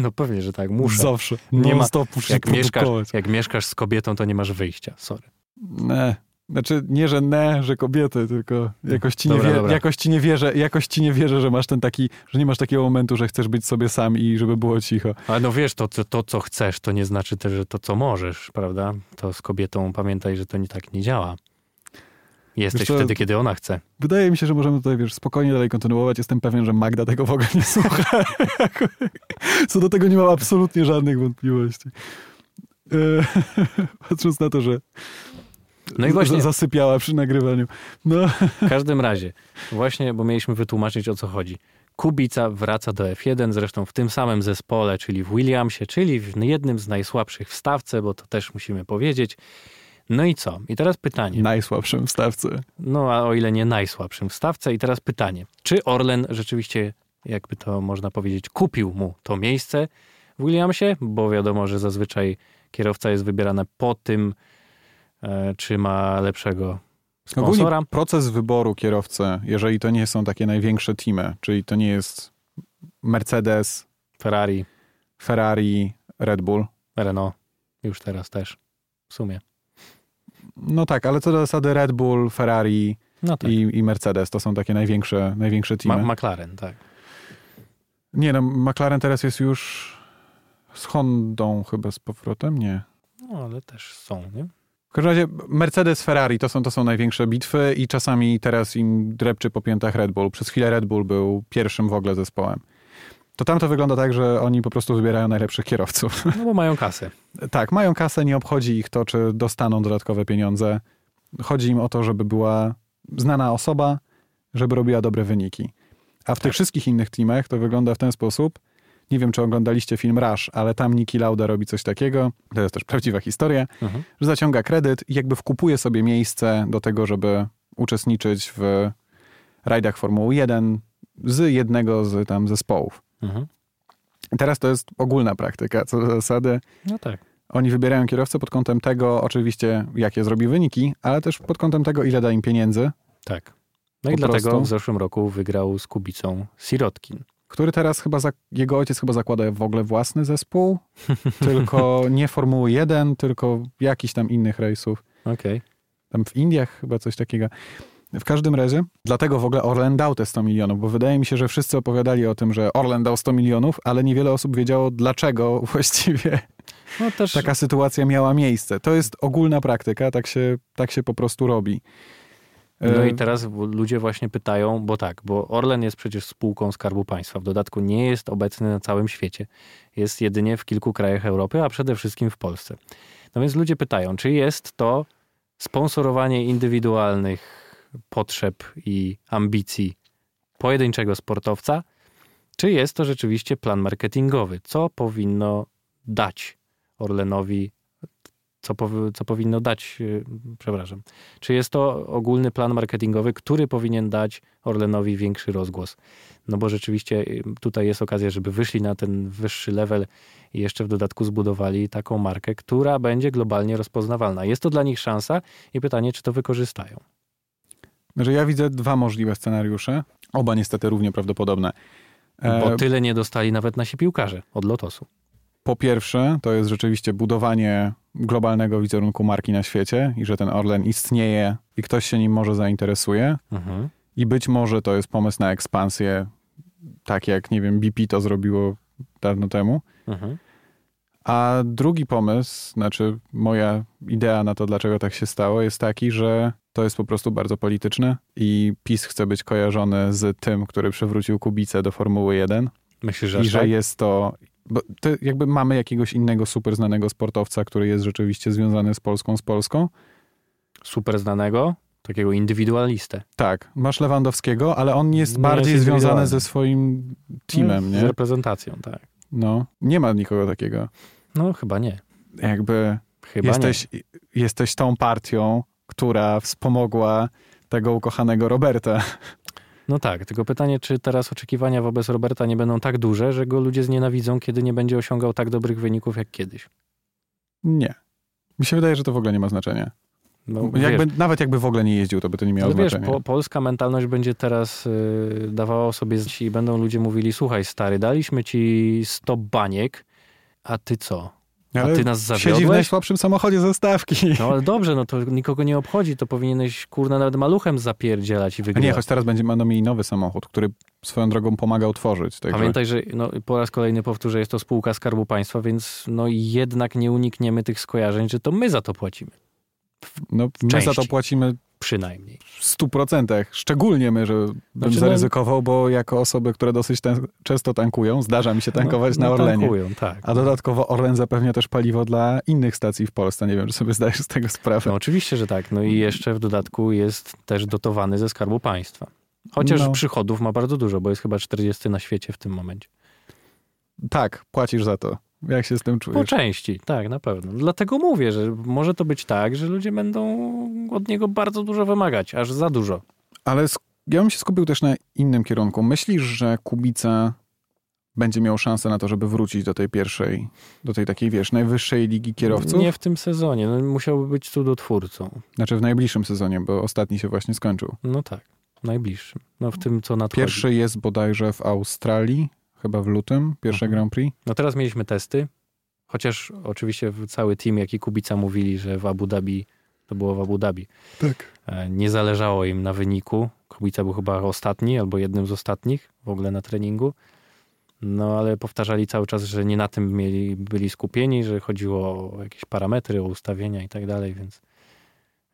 Speaker 2: No pewnie, że tak, muszę.
Speaker 1: Zawsze.
Speaker 2: Nie
Speaker 1: Nie
Speaker 2: ma-
Speaker 1: ma. Stop, muszę
Speaker 2: Jak
Speaker 1: się
Speaker 2: mieszkasz,
Speaker 1: produkować.
Speaker 2: jak mieszkasz z kobietą, to nie masz wyjścia. Sorry.
Speaker 1: Ne. Znaczy, nie, że ne, że kobiety, tylko jakoś ci,
Speaker 2: Dobra,
Speaker 1: nie wie,
Speaker 2: dobra.
Speaker 1: jakoś ci nie wierzę, jakoś ci nie wierzę, że masz ten taki, że nie masz takiego momentu, że chcesz być sobie sam i żeby było cicho.
Speaker 2: Ale no wiesz, to, to, to co chcesz, to nie znaczy też, że to co możesz, prawda? To z kobietą pamiętaj, że to nie tak nie działa. Jesteś
Speaker 1: Wiesz co,
Speaker 2: wtedy, kiedy ona chce.
Speaker 1: Wydaje mi się, że możemy tutaj, wiesz, spokojnie dalej kontynuować. Jestem pewien, że Magda tego w ogóle nie słucha. Co do tego nie mam absolutnie żadnych wątpliwości. E, Patrząc na to, że
Speaker 2: No i
Speaker 1: z-
Speaker 2: właśnie,
Speaker 1: zasypiała przy nagrywaniu. No,
Speaker 2: w każdym razie, właśnie, bo mieliśmy wytłumaczyć o co chodzi. Kubica wraca do F1, zresztą w tym samym zespole, czyli w Williamsie, czyli w jednym z najsłabszych w stawce, bo to też musimy powiedzieć. No i co? I teraz pytanie.
Speaker 1: najsłabszym w stawce.
Speaker 2: No a o ile nie najsłabszym w stawce. I teraz pytanie, czy Orlen rzeczywiście, jakby to można powiedzieć, kupił mu to miejsce w Williamsie? Bo wiadomo, że zazwyczaj kierowca jest wybierany po tym, e, czy ma lepszego
Speaker 1: Ogólnie
Speaker 2: sponsora.
Speaker 1: proces wyboru kierowcy, jeżeli to nie są takie największe teamy, czyli to nie jest Mercedes,
Speaker 2: Ferrari,
Speaker 1: Ferrari, Red Bull.
Speaker 2: Renault, już teraz też w sumie.
Speaker 1: No tak, ale co do zasady Red Bull, Ferrari
Speaker 2: No tak,
Speaker 1: i, i Mercedes to są takie największe, największe teamy.
Speaker 2: Ma- McLaren, tak.
Speaker 1: Nie no, McLaren teraz jest już z Hondą chyba z powrotem, nie.
Speaker 2: No ale też są, nie?
Speaker 1: W każdym razie Mercedes, Ferrari to są, to są największe bitwy i czasami teraz im drepczy po piętach Red Bull. Przez chwilę Red Bull był pierwszym w ogóle zespołem. To tam to wygląda tak, że oni po prostu wybierają najlepszych kierowców.
Speaker 2: No bo mają kasę.
Speaker 1: Tak, mają kasę, nie obchodzi ich to, czy dostaną dodatkowe pieniądze. Chodzi im o to, żeby była znana osoba, żeby robiła dobre wyniki. A w tych wszystkich innych teamach to wygląda w ten sposób. Nie wiem, czy oglądaliście film Rush, ale tam Niki Lauda robi coś takiego. To jest też prawdziwa historia,
Speaker 2: Mhm.
Speaker 1: że zaciąga kredyt i jakby wkupuje sobie miejsce do tego, żeby uczestniczyć w rajdach Formuły 1 z jednego z tam zespołów.
Speaker 2: Mhm.
Speaker 1: Teraz to jest ogólna praktyka, co do zasady.
Speaker 2: No tak.
Speaker 1: Oni wybierają kierowcę pod kątem tego, oczywiście, jakie zrobi wyniki, ale też pod kątem tego, ile da im pieniędzy,
Speaker 2: Tak. No i
Speaker 1: Po
Speaker 2: dlatego
Speaker 1: prostu.
Speaker 2: w zeszłym roku wygrał z Kubicą Sirotkin.
Speaker 1: który teraz chyba, za, jego ojciec chyba zakłada w ogóle własny zespół, tylko nie Formuły 1, tylko jakichś tam innych rejsów.
Speaker 2: Okej.
Speaker 1: Tam w Indiach chyba coś takiego. W każdym razie, dlatego w ogóle Orlen dał te 100 milionów, bo wydaje mi się, że wszyscy opowiadali o tym, że Orlen dał 100 milionów, ale niewiele osób wiedziało, dlaczego właściwie
Speaker 2: No też...
Speaker 1: taka sytuacja miała miejsce. To jest ogólna praktyka, tak się, tak się po prostu robi.
Speaker 2: No
Speaker 1: E,
Speaker 2: i teraz w- ludzie właśnie pytają, bo tak, bo Orlen jest przecież spółką Skarbu Państwa. W dodatku nie jest obecny na całym świecie. Jest jedynie w kilku krajach Europy, a przede wszystkim w Polsce. No więc ludzie pytają, czy jest to sponsorowanie indywidualnych potrzeb i ambicji pojedynczego sportowca, czy jest to rzeczywiście plan marketingowy? Co powinno dać Orlenowi, co, powi- co powinno dać, yy, przepraszam, czy jest to ogólny plan marketingowy, który powinien dać Orlenowi większy rozgłos? No bo rzeczywiście y, tutaj jest okazja, żeby wyszli na ten wyższy level i jeszcze w dodatku zbudowali taką markę, która będzie globalnie rozpoznawalna. Jest to dla nich szansa i pytanie, czy to wykorzystają.
Speaker 1: Że ja widzę dwa możliwe scenariusze, oba niestety równie prawdopodobne. E,
Speaker 2: Bo tyle nie dostali nawet nasi piłkarze od Lotosu.
Speaker 1: Po pierwsze, to jest rzeczywiście budowanie globalnego wizerunku marki na świecie i że ten Orlen istnieje i ktoś się nim może zainteresuje.
Speaker 2: Mhm.
Speaker 1: I być może to jest pomysł na ekspansję, tak jak, nie wiem, BP to zrobiło dawno temu.
Speaker 2: Mhm.
Speaker 1: A drugi pomysł, znaczy moja idea na to, dlaczego tak się stało, jest taki, że to jest po prostu bardzo polityczne i PiS chce być kojarzony z tym, który przywrócił Kubicę do Formuły 1
Speaker 2: Myślisz, że
Speaker 1: i
Speaker 2: aż
Speaker 1: że
Speaker 2: tak?
Speaker 1: jest to. Bo to jakby mamy jakiegoś innego super znanego sportowca, który jest rzeczywiście związany z Polską, z Polską.
Speaker 2: super znanego? takiego indywidualistę.
Speaker 1: Tak, masz Lewandowskiego, ale on jest
Speaker 2: No,
Speaker 1: bardziej
Speaker 2: jest
Speaker 1: związany
Speaker 2: indywidualny.
Speaker 1: ze swoim teamem,
Speaker 2: No, Z
Speaker 1: nie?
Speaker 2: reprezentacją, tak.
Speaker 1: No, nie ma nikogo takiego.
Speaker 2: No chyba nie.
Speaker 1: Jakby
Speaker 2: Chyba
Speaker 1: jesteś, jesteś tą partią, która wspomogła tego ukochanego Roberta.
Speaker 2: nie. No tak, tylko pytanie, czy teraz oczekiwania wobec Roberta nie będą tak duże, że go ludzie znienawidzą, kiedy nie będzie osiągał tak dobrych wyników jak kiedyś.
Speaker 1: Nie. Mi się wydaje, że to w ogóle nie ma znaczenia.
Speaker 2: No, wiesz,
Speaker 1: Jakby, nawet jakby w ogóle nie jeździł, to by to nie miało
Speaker 2: Ale wiesz,
Speaker 1: znaczenia.
Speaker 2: po, polska mentalność będzie teraz y, dawała o sobie znać i będą ludzie mówili, słuchaj stary, daliśmy ci 100 baniek, a ty co? A
Speaker 1: Ale
Speaker 2: ty nas
Speaker 1: siedzi w
Speaker 2: zawiodłeś?
Speaker 1: najsłabszym samochodzie ze stawki.
Speaker 2: No ale dobrze, no to nikogo nie obchodzi, to powinieneś kurna nawet maluchem zapierdzielać i
Speaker 1: A
Speaker 2: wygrywać.
Speaker 1: nie, choć teraz będzie będą mieli nowy samochód, który swoją drogą pomagał tworzyć. Także...
Speaker 2: Pamiętaj, że no, po raz kolejny powtórzę, jest to spółka Skarbu Państwa, więc no jednak nie unikniemy tych skojarzeń, że to my za to płacimy.
Speaker 1: No, my za to
Speaker 2: części.
Speaker 1: płacimy
Speaker 2: Przynajmniej.
Speaker 1: w 100%. Szczególnie my, że bym
Speaker 2: Znaczy, no-
Speaker 1: zaryzykował, bo jako osoby, które dosyć tan- często tankują, zdarza mi się tankować
Speaker 2: no,
Speaker 1: na
Speaker 2: no,
Speaker 1: Orlenie.
Speaker 2: Tankują, tak.
Speaker 1: A dodatkowo Orlen zapewnia też paliwo dla innych stacji w Polsce. Nie wiem, czy sobie zdajesz z tego sprawę.
Speaker 2: No oczywiście, że tak. No i jeszcze w dodatku jest też dotowany ze Skarbu Państwa. Chociaż
Speaker 1: No.
Speaker 2: przychodów ma bardzo dużo, bo jest chyba 40 na świecie w tym momencie.
Speaker 1: Tak, płacisz za to. Jak się z tym
Speaker 2: Po
Speaker 1: czujesz?
Speaker 2: części, tak, na pewno. Dlatego mówię, że może to być tak, że ludzie będą od niego bardzo dużo wymagać, aż za dużo.
Speaker 1: Ale sk- ja bym się skupił też na innym kierunku. Myślisz, że Kubica będzie miał szansę na to, żeby wrócić do tej pierwszej, do tej takiej, wiesz, najwyższej ligi kierowców?
Speaker 2: Nie w tym sezonie. No, musiałby być cudotwórcą.
Speaker 1: Znaczy w najbliższym sezonie, bo ostatni się właśnie skończył.
Speaker 2: No tak, najbliższym. No w tym, co nadchodzi.
Speaker 1: Pierwszy jest bodajże w Australii, chyba w lutym, pierwsze
Speaker 2: Mhm.
Speaker 1: Grand Prix.
Speaker 2: No teraz mieliśmy testy, chociaż oczywiście w- cały team, jak i Kubica mówili, że w Abu Dhabi, to było w Abu Dhabi,
Speaker 1: Tak.
Speaker 2: e, nie zależało im na wyniku. Kubica był chyba ostatni albo jednym z ostatnich w ogóle na treningu. No ale powtarzali cały czas, że nie na tym mieli, byli skupieni, że chodziło o jakieś parametry, o ustawienia i tak dalej, więc,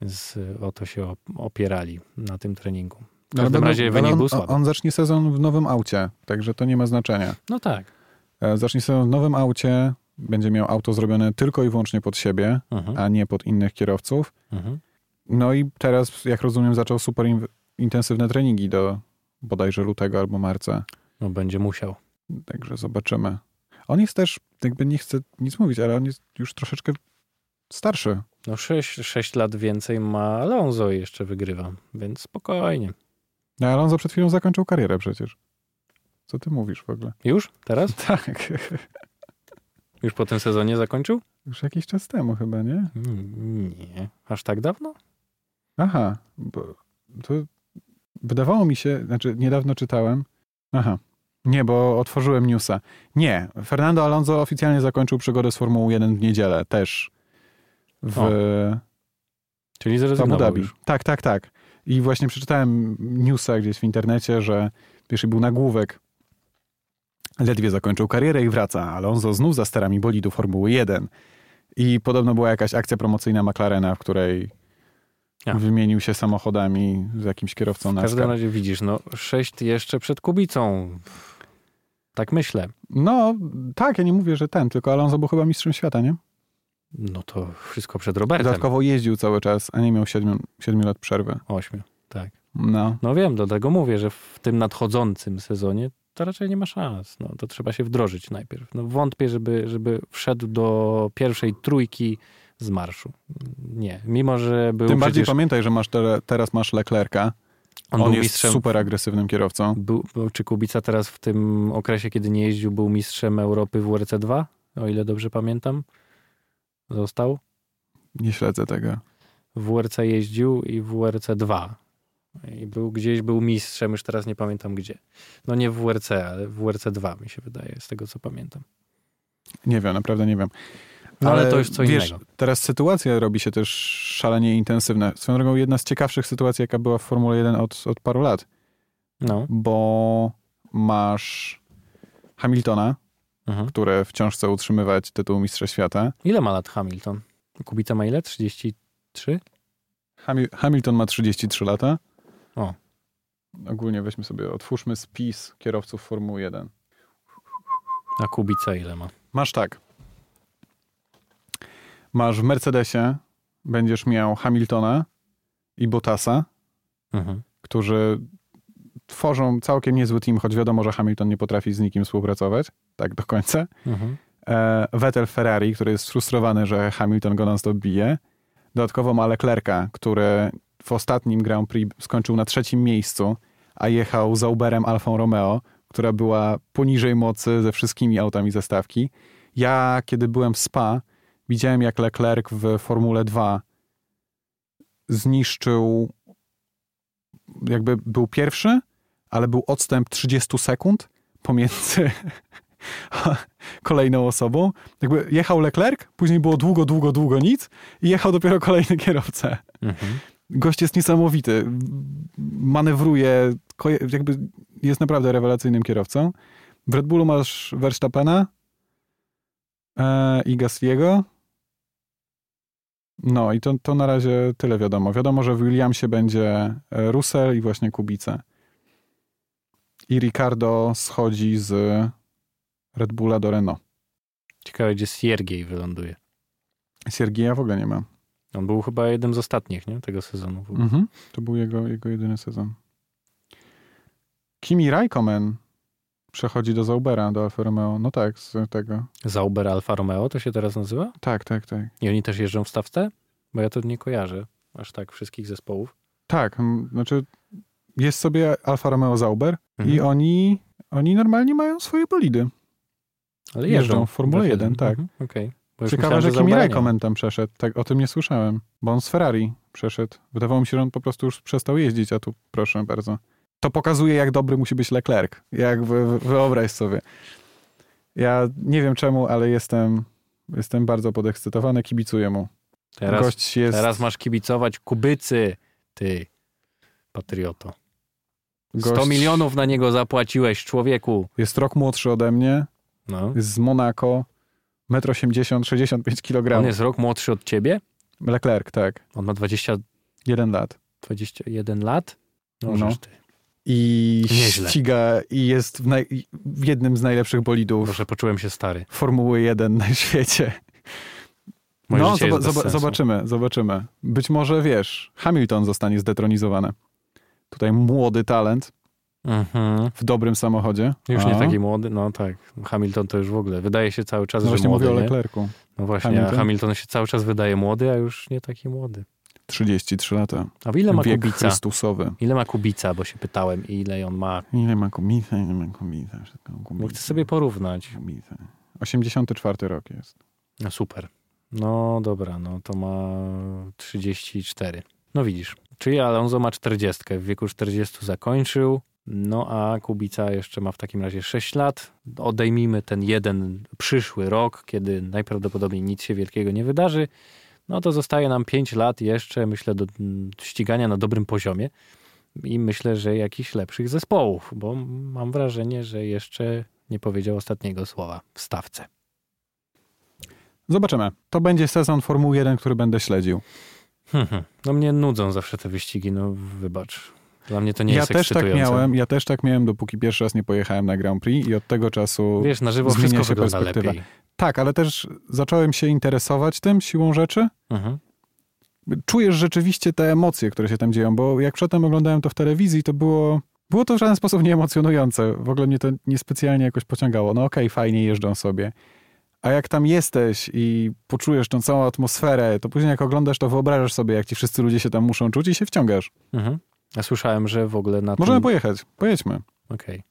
Speaker 2: więc e, o to się op- opierali na tym treningu. W
Speaker 1: No,
Speaker 2: każdym razie wynik
Speaker 1: on,
Speaker 2: był słaby.
Speaker 1: On zacznie sezon w nowym aucie, także to nie ma znaczenia.
Speaker 2: No tak.
Speaker 1: E, Zacznie sezon w nowym aucie, będzie miał auto zrobione tylko i wyłącznie pod siebie,
Speaker 2: Mhm,
Speaker 1: a nie pod innych kierowców.
Speaker 2: mhm.
Speaker 1: No i teraz, jak rozumiem, zaczął super inw- intensywne treningi do bodajże lutego albo marca.
Speaker 2: No będzie musiał.
Speaker 1: Także zobaczymy. On jest też, jakby nie chcę nic mówić, ale on jest już troszeczkę starszy.
Speaker 2: No 6, sześć lat więcej ma Alonso i jeszcze wygrywa, więc spokojnie.
Speaker 1: No ale on za przed chwilą zakończył karierę przecież. Co ty mówisz w ogóle?
Speaker 2: Już? Teraz?
Speaker 1: Tak,
Speaker 2: Już po tym sezonie zakończył?
Speaker 1: już jakiś czas temu chyba, nie?
Speaker 2: Mm, Nie. Aż tak dawno?
Speaker 1: Aha, bo to wydawało mi się, znaczy niedawno czytałem. Aha, nie, bo otworzyłem newsa. Nie, Fernando Alonso oficjalnie zakończył przygodę z Formułą 1 w niedzielę, też w,
Speaker 2: O, Czyli
Speaker 1: w Abu
Speaker 2: zrezygnował
Speaker 1: Dhabi.
Speaker 2: już.
Speaker 1: Tak, tak, tak. I właśnie przeczytałem newsa gdzieś w internecie, że pierwszy był nagłówek. Ledwie zakończył karierę i wraca. Alonso znów za sterami bolidu Formuły 1. I podobno była jakaś akcja promocyjna McLarena, w której
Speaker 2: Ja.
Speaker 1: wymienił się samochodami z jakimś kierowcą
Speaker 2: W
Speaker 1: na
Speaker 2: każdym razie widzisz, no 6 jeszcze przed Kubicą. Tak myślę.
Speaker 1: No, tak, ja nie mówię, że ten, tylko Alonso był chyba mistrzem świata,
Speaker 2: Tak,
Speaker 1: nie?
Speaker 2: No to wszystko przed Robertem.
Speaker 1: Dodatkowo jeździł cały czas, a nie miał 7, siedmiu lat przerwy.
Speaker 2: 8.
Speaker 1: No.
Speaker 2: No wiem, dlatego mówię, że w tym nadchodzącym sezonie to raczej nie ma szans. No, to trzeba się wdrożyć najpierw. No, wątpię, żeby, żeby wszedł do pierwszej trójki z marszu. Nie. Mimo, że był
Speaker 1: Tym bardziej
Speaker 2: przecież...
Speaker 1: pamiętaj, że masz te, teraz masz Leclerca.
Speaker 2: On,
Speaker 1: On,
Speaker 2: był
Speaker 1: jest
Speaker 2: mistrzem.
Speaker 1: super agresywnym kierowcą.
Speaker 2: Był, był- czy Kubica teraz w tym okresie, kiedy nie jeździł, był mistrzem Europy w WRC2? O ile dobrze pamiętam. Został.
Speaker 1: Nie śledzę tego.
Speaker 2: W WRC jeździł i w WRC2. I był gdzieś, był mistrzem, już teraz nie pamiętam gdzie. No nie w WRC, ale w WRC2 mi się wydaje, z tego co pamiętam.
Speaker 1: Nie wiem, naprawdę nie wiem.
Speaker 2: No, ale to już co
Speaker 1: wiesz,
Speaker 2: innego.
Speaker 1: Teraz sytuacja robi się też szalenie intensywna. Swoją drogą jedna z ciekawszych sytuacji, jaka była w Formule 1 od, od paru lat,
Speaker 2: No.
Speaker 1: bo masz Hamiltona,
Speaker 2: Mhm.
Speaker 1: który wciąż chce utrzymywać tytuł Mistrza Świata.
Speaker 2: Ile ma lat Hamilton? Kubica ma ile? 33?
Speaker 1: Hami- Hamilton ma 33 lata.
Speaker 2: O.
Speaker 1: Ogólnie weźmy sobie, otwórzmy spis kierowców Formuły 1.
Speaker 2: A Kubica ile ma?
Speaker 1: Masz tak. Masz w Mercedesie, będziesz miał Hamiltona, i Bottasa,
Speaker 2: Mhm.
Speaker 1: którzy tworzą całkiem niezły team, choć wiadomo, że Hamilton nie potrafi z nikim współpracować, tak do końca.
Speaker 2: Mhm.
Speaker 1: e, Vettel Ferrari, który jest sfrustrowany, że Hamilton go non stop bije. Dodatkowo ma Leclerca, który w ostatnim Grand Prix skończył na trzecim miejscu, a jechał za Uberem Alfą Romeo, która była poniżej mocy ze wszystkimi autami ze stawki. Ja, kiedy byłem w Spa, widziałem jak Leclerc w Formule 2 zniszczył, jakby był pierwszy, ale był odstęp 30 sekund pomiędzy kolejną osobą. Jakby jechał Leclerc, później było długo, długo, długo nic i jechał dopiero kolejny kierowca.
Speaker 2: Mhm.
Speaker 1: Gość jest niesamowity, manewruje, koje- jakby jest naprawdę rewelacyjnym kierowcą. W Red Bullu masz Verstappena e, i Gasliego. No i to, to na razie tyle wiadomo. Wiadomo, że w Williamsie będzie e, Russell i właśnie Kubica. I Ricardo schodzi z Red Bulla do Renault.
Speaker 2: Ciekawe, gdzie Siergiej wyląduje.
Speaker 1: Siergieja w ogóle nie ma.
Speaker 2: On był chyba jednym z ostatnich, nie? Tego sezonu. w ogóle.
Speaker 1: Mhm. To był jego, jego jedyny sezon. Kimi Raikkonen przechodzi do Zaubera, do Alfa Romeo. No tak, z tego.
Speaker 2: Zauber Alfa Romeo to się teraz nazywa?
Speaker 1: Tak, tak, tak.
Speaker 2: I oni też jeżdżą w stawce? Bo ja to nie kojarzę aż tak wszystkich zespołów.
Speaker 1: Tak, m, znaczy jest sobie Alfa Romeo Zauber i
Speaker 2: Mhm.
Speaker 1: oni, oni normalnie mają swoje bolidy.
Speaker 2: Ale
Speaker 1: jeżdżą w Formule
Speaker 2: F1.
Speaker 1: 1, tak.
Speaker 2: Mhm, Okej. Bo już
Speaker 1: Ciekawe,
Speaker 2: myślałem,
Speaker 1: że Kimi
Speaker 2: Zaubera nie ma.
Speaker 1: Raikkonen tam przeszedł. Tak, o tym nie słyszałem, bo on z Ferrari przeszedł. Wydawało mi się, że on po prostu już przestał jeździć, a tu proszę bardzo. To pokazuje, jak dobry musi być Leclerc. Jak wy- wyobraź sobie. Ja nie wiem czemu, ale jestem, jestem bardzo podekscytowany, kibicuję mu.
Speaker 2: Teraz,
Speaker 1: Gość jest,
Speaker 2: teraz masz kibicować Kubycy, ty patrioto. 100
Speaker 1: gość
Speaker 2: milionów na niego zapłaciłeś, człowieku.
Speaker 1: Jest rok młodszy ode mnie,
Speaker 2: No.
Speaker 1: jest z Monako, 1,80 m, 65
Speaker 2: On
Speaker 1: kg.
Speaker 2: jest rok młodszy od ciebie?
Speaker 1: Leclerc, tak.
Speaker 2: On ma 20,
Speaker 1: Jeden lat.
Speaker 2: 21 lat? No,
Speaker 1: No.
Speaker 2: żeż ty.
Speaker 1: i
Speaker 2: Nieźle.
Speaker 1: ściga i jest w, naj, w jednym z najlepszych bolidów
Speaker 2: Proszę, poczułem się stary.
Speaker 1: Formuły 1 na świecie.
Speaker 2: Moje
Speaker 1: no,
Speaker 2: życie jest
Speaker 1: zoba-
Speaker 2: bez
Speaker 1: zoba-
Speaker 2: sensu.
Speaker 1: zobaczymy, zobaczymy. Być może, wiesz, Hamilton zostanie zdetronizowany. Tutaj młody talent
Speaker 2: Mhm.
Speaker 1: w dobrym samochodzie.
Speaker 2: Już nie
Speaker 1: A.
Speaker 2: taki młody, no tak. Hamilton to już w ogóle. Wydaje się cały czas,
Speaker 1: No
Speaker 2: że
Speaker 1: właśnie
Speaker 2: młody.
Speaker 1: mówię o
Speaker 2: nie?
Speaker 1: Leclercu.
Speaker 2: No właśnie,
Speaker 1: Hamilton.
Speaker 2: Hamilton. Hamilton się cały czas wydaje młody, a już nie taki młody.
Speaker 1: 33 lata.
Speaker 2: A ile ma
Speaker 1: Wiek
Speaker 2: Kubica?
Speaker 1: Chrystusowy.
Speaker 2: Ile ma Kubica, bo się pytałem, ile on ma.
Speaker 1: Ile ma Kubica, ile ma Kubica, wszystko Kubica.
Speaker 2: Bo chcę sobie porównać.
Speaker 1: Kubica. 84 rok jest.
Speaker 2: No super. No dobra, no to ma 34. No widzisz. Czyli Alonso ma 40. W wieku 40 zakończył. No a Kubica jeszcze ma w takim razie 6 lat. Odejmijmy ten jeden przyszły rok, kiedy najprawdopodobniej nic się wielkiego nie wydarzy. No to zostaje nam 5 lat jeszcze, myślę, do mm, ścigania na dobrym poziomie. I myślę, że jakichś lepszych zespołów, bo mam wrażenie, że jeszcze nie powiedział ostatniego słowa w stawce.
Speaker 1: Zobaczymy. To będzie sezon Formuły 1, który będę śledził.
Speaker 2: Hmm, hmm. No mnie nudzą zawsze te wyścigi, no wybacz. Dla mnie to nie
Speaker 1: ja
Speaker 2: jest
Speaker 1: też tak
Speaker 2: ekscytujące.
Speaker 1: miałem, ja też tak miałem, dopóki pierwszy raz nie pojechałem na Grand Prix i od tego czasu.
Speaker 2: Wiesz, na żywo
Speaker 1: Zmienia
Speaker 2: wszystko
Speaker 1: się
Speaker 2: wygląda
Speaker 1: perspektywa.
Speaker 2: lepiej.
Speaker 1: Tak, ale też zacząłem się interesować tym siłą rzeczy.
Speaker 2: Mhm.
Speaker 1: Czujesz rzeczywiście te emocje, które się tam dzieją, bo jak przedtem oglądałem to w telewizji, to było. Było to w żaden sposób nieemocjonujące. W ogóle mnie to niespecjalnie jakoś pociągało. No okej, fajnie jeżdżą sobie. A jak tam jesteś i poczujesz tą całą atmosferę, to później jak oglądasz, to wyobrażasz sobie, jak ci wszyscy ludzie się tam muszą czuć i się wciągasz.
Speaker 2: Mhm. Ja słyszałem, że w ogóle na
Speaker 1: Możemy
Speaker 2: tym...
Speaker 1: pojechać. Pojedźmy.
Speaker 2: Okej.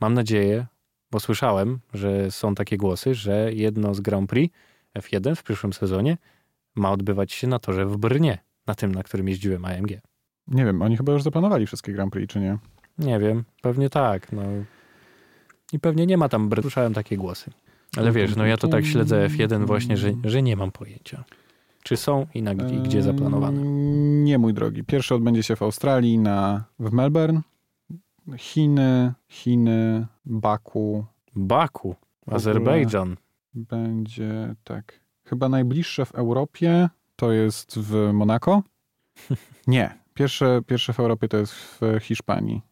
Speaker 2: Mam nadzieję, bo słyszałem, że są takie głosy, że jedno z Grand Prix F1 w przyszłym sezonie ma odbywać się na torze w Brnie, na tym, na którym jeździłem AMG.
Speaker 1: Nie wiem, oni chyba już zaplanowali wszystkie Grand Prix, czy nie?
Speaker 2: Nie wiem, pewnie tak. No. I pewnie nie ma tam Brn. Słyszałem takie głosy. Ale wiesz, no ja to tak śledzę F1 właśnie, że, że nie mam pojęcia. Czy są i, na, i gdzie zaplanowane.
Speaker 1: Ehm, Nie, mój drogi. Pierwszy odbędzie się w Australii, na, w Melbourne. Chiny, Chiny, Baku
Speaker 2: Baku, Azerbejdżan.
Speaker 1: będzie, tak. Chyba najbliższe w Europie to jest w Monako. Nie, pierwsze, pierwsze w Europie to jest w Hiszpanii.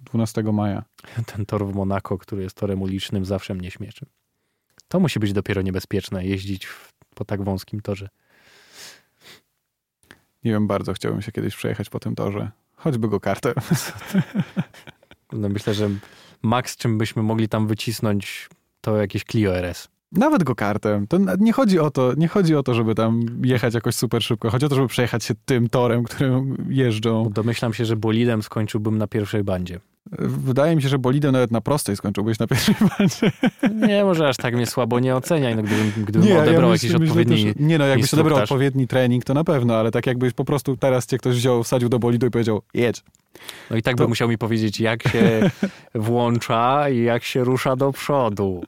Speaker 1: 12 maja.
Speaker 2: Ten tor w Monako, który jest torem ulicznym, zawsze mnie śmieszy. To musi być dopiero niebezpieczne, jeździć w, po tak wąskim torze.
Speaker 1: Nie wiem, bardzo chciałbym się kiedyś przejechać po tym torze. Choćby go kartę.
Speaker 2: No myślę, że maks czym byśmy mogli tam wycisnąć to jakieś Clio RS.
Speaker 1: Nawet go kartem. To n- nie chodzi o to, nie chodzi o to, żeby tam jechać jakoś super szybko. Chodzi o to, żeby przejechać się tym torem, którym jeżdżą.
Speaker 2: Domyślam się, że bolidem skończyłbym na pierwszej bandzie.
Speaker 1: Wydaje mi się, że bolidem nawet na prostej skończyłbyś na pierwszej bandzie.
Speaker 2: Nie, może aż tak mnie słabo nie oceniaj, no gdybym, gdybym
Speaker 1: ja
Speaker 2: odebrał
Speaker 1: myślę-
Speaker 2: jakiś
Speaker 1: myślę
Speaker 2: odpowiedni...
Speaker 1: też- nie no, jakbyś
Speaker 2: instruktaż.
Speaker 1: odebrał odpowiedni trening, to na pewno, ale tak jakbyś po prostu teraz cię ktoś wziął, wsadził do bolidu i powiedział jedź.
Speaker 2: No i tak
Speaker 1: to-
Speaker 2: by musiał mi powiedzieć, jak się włącza i jak się rusza do przodu.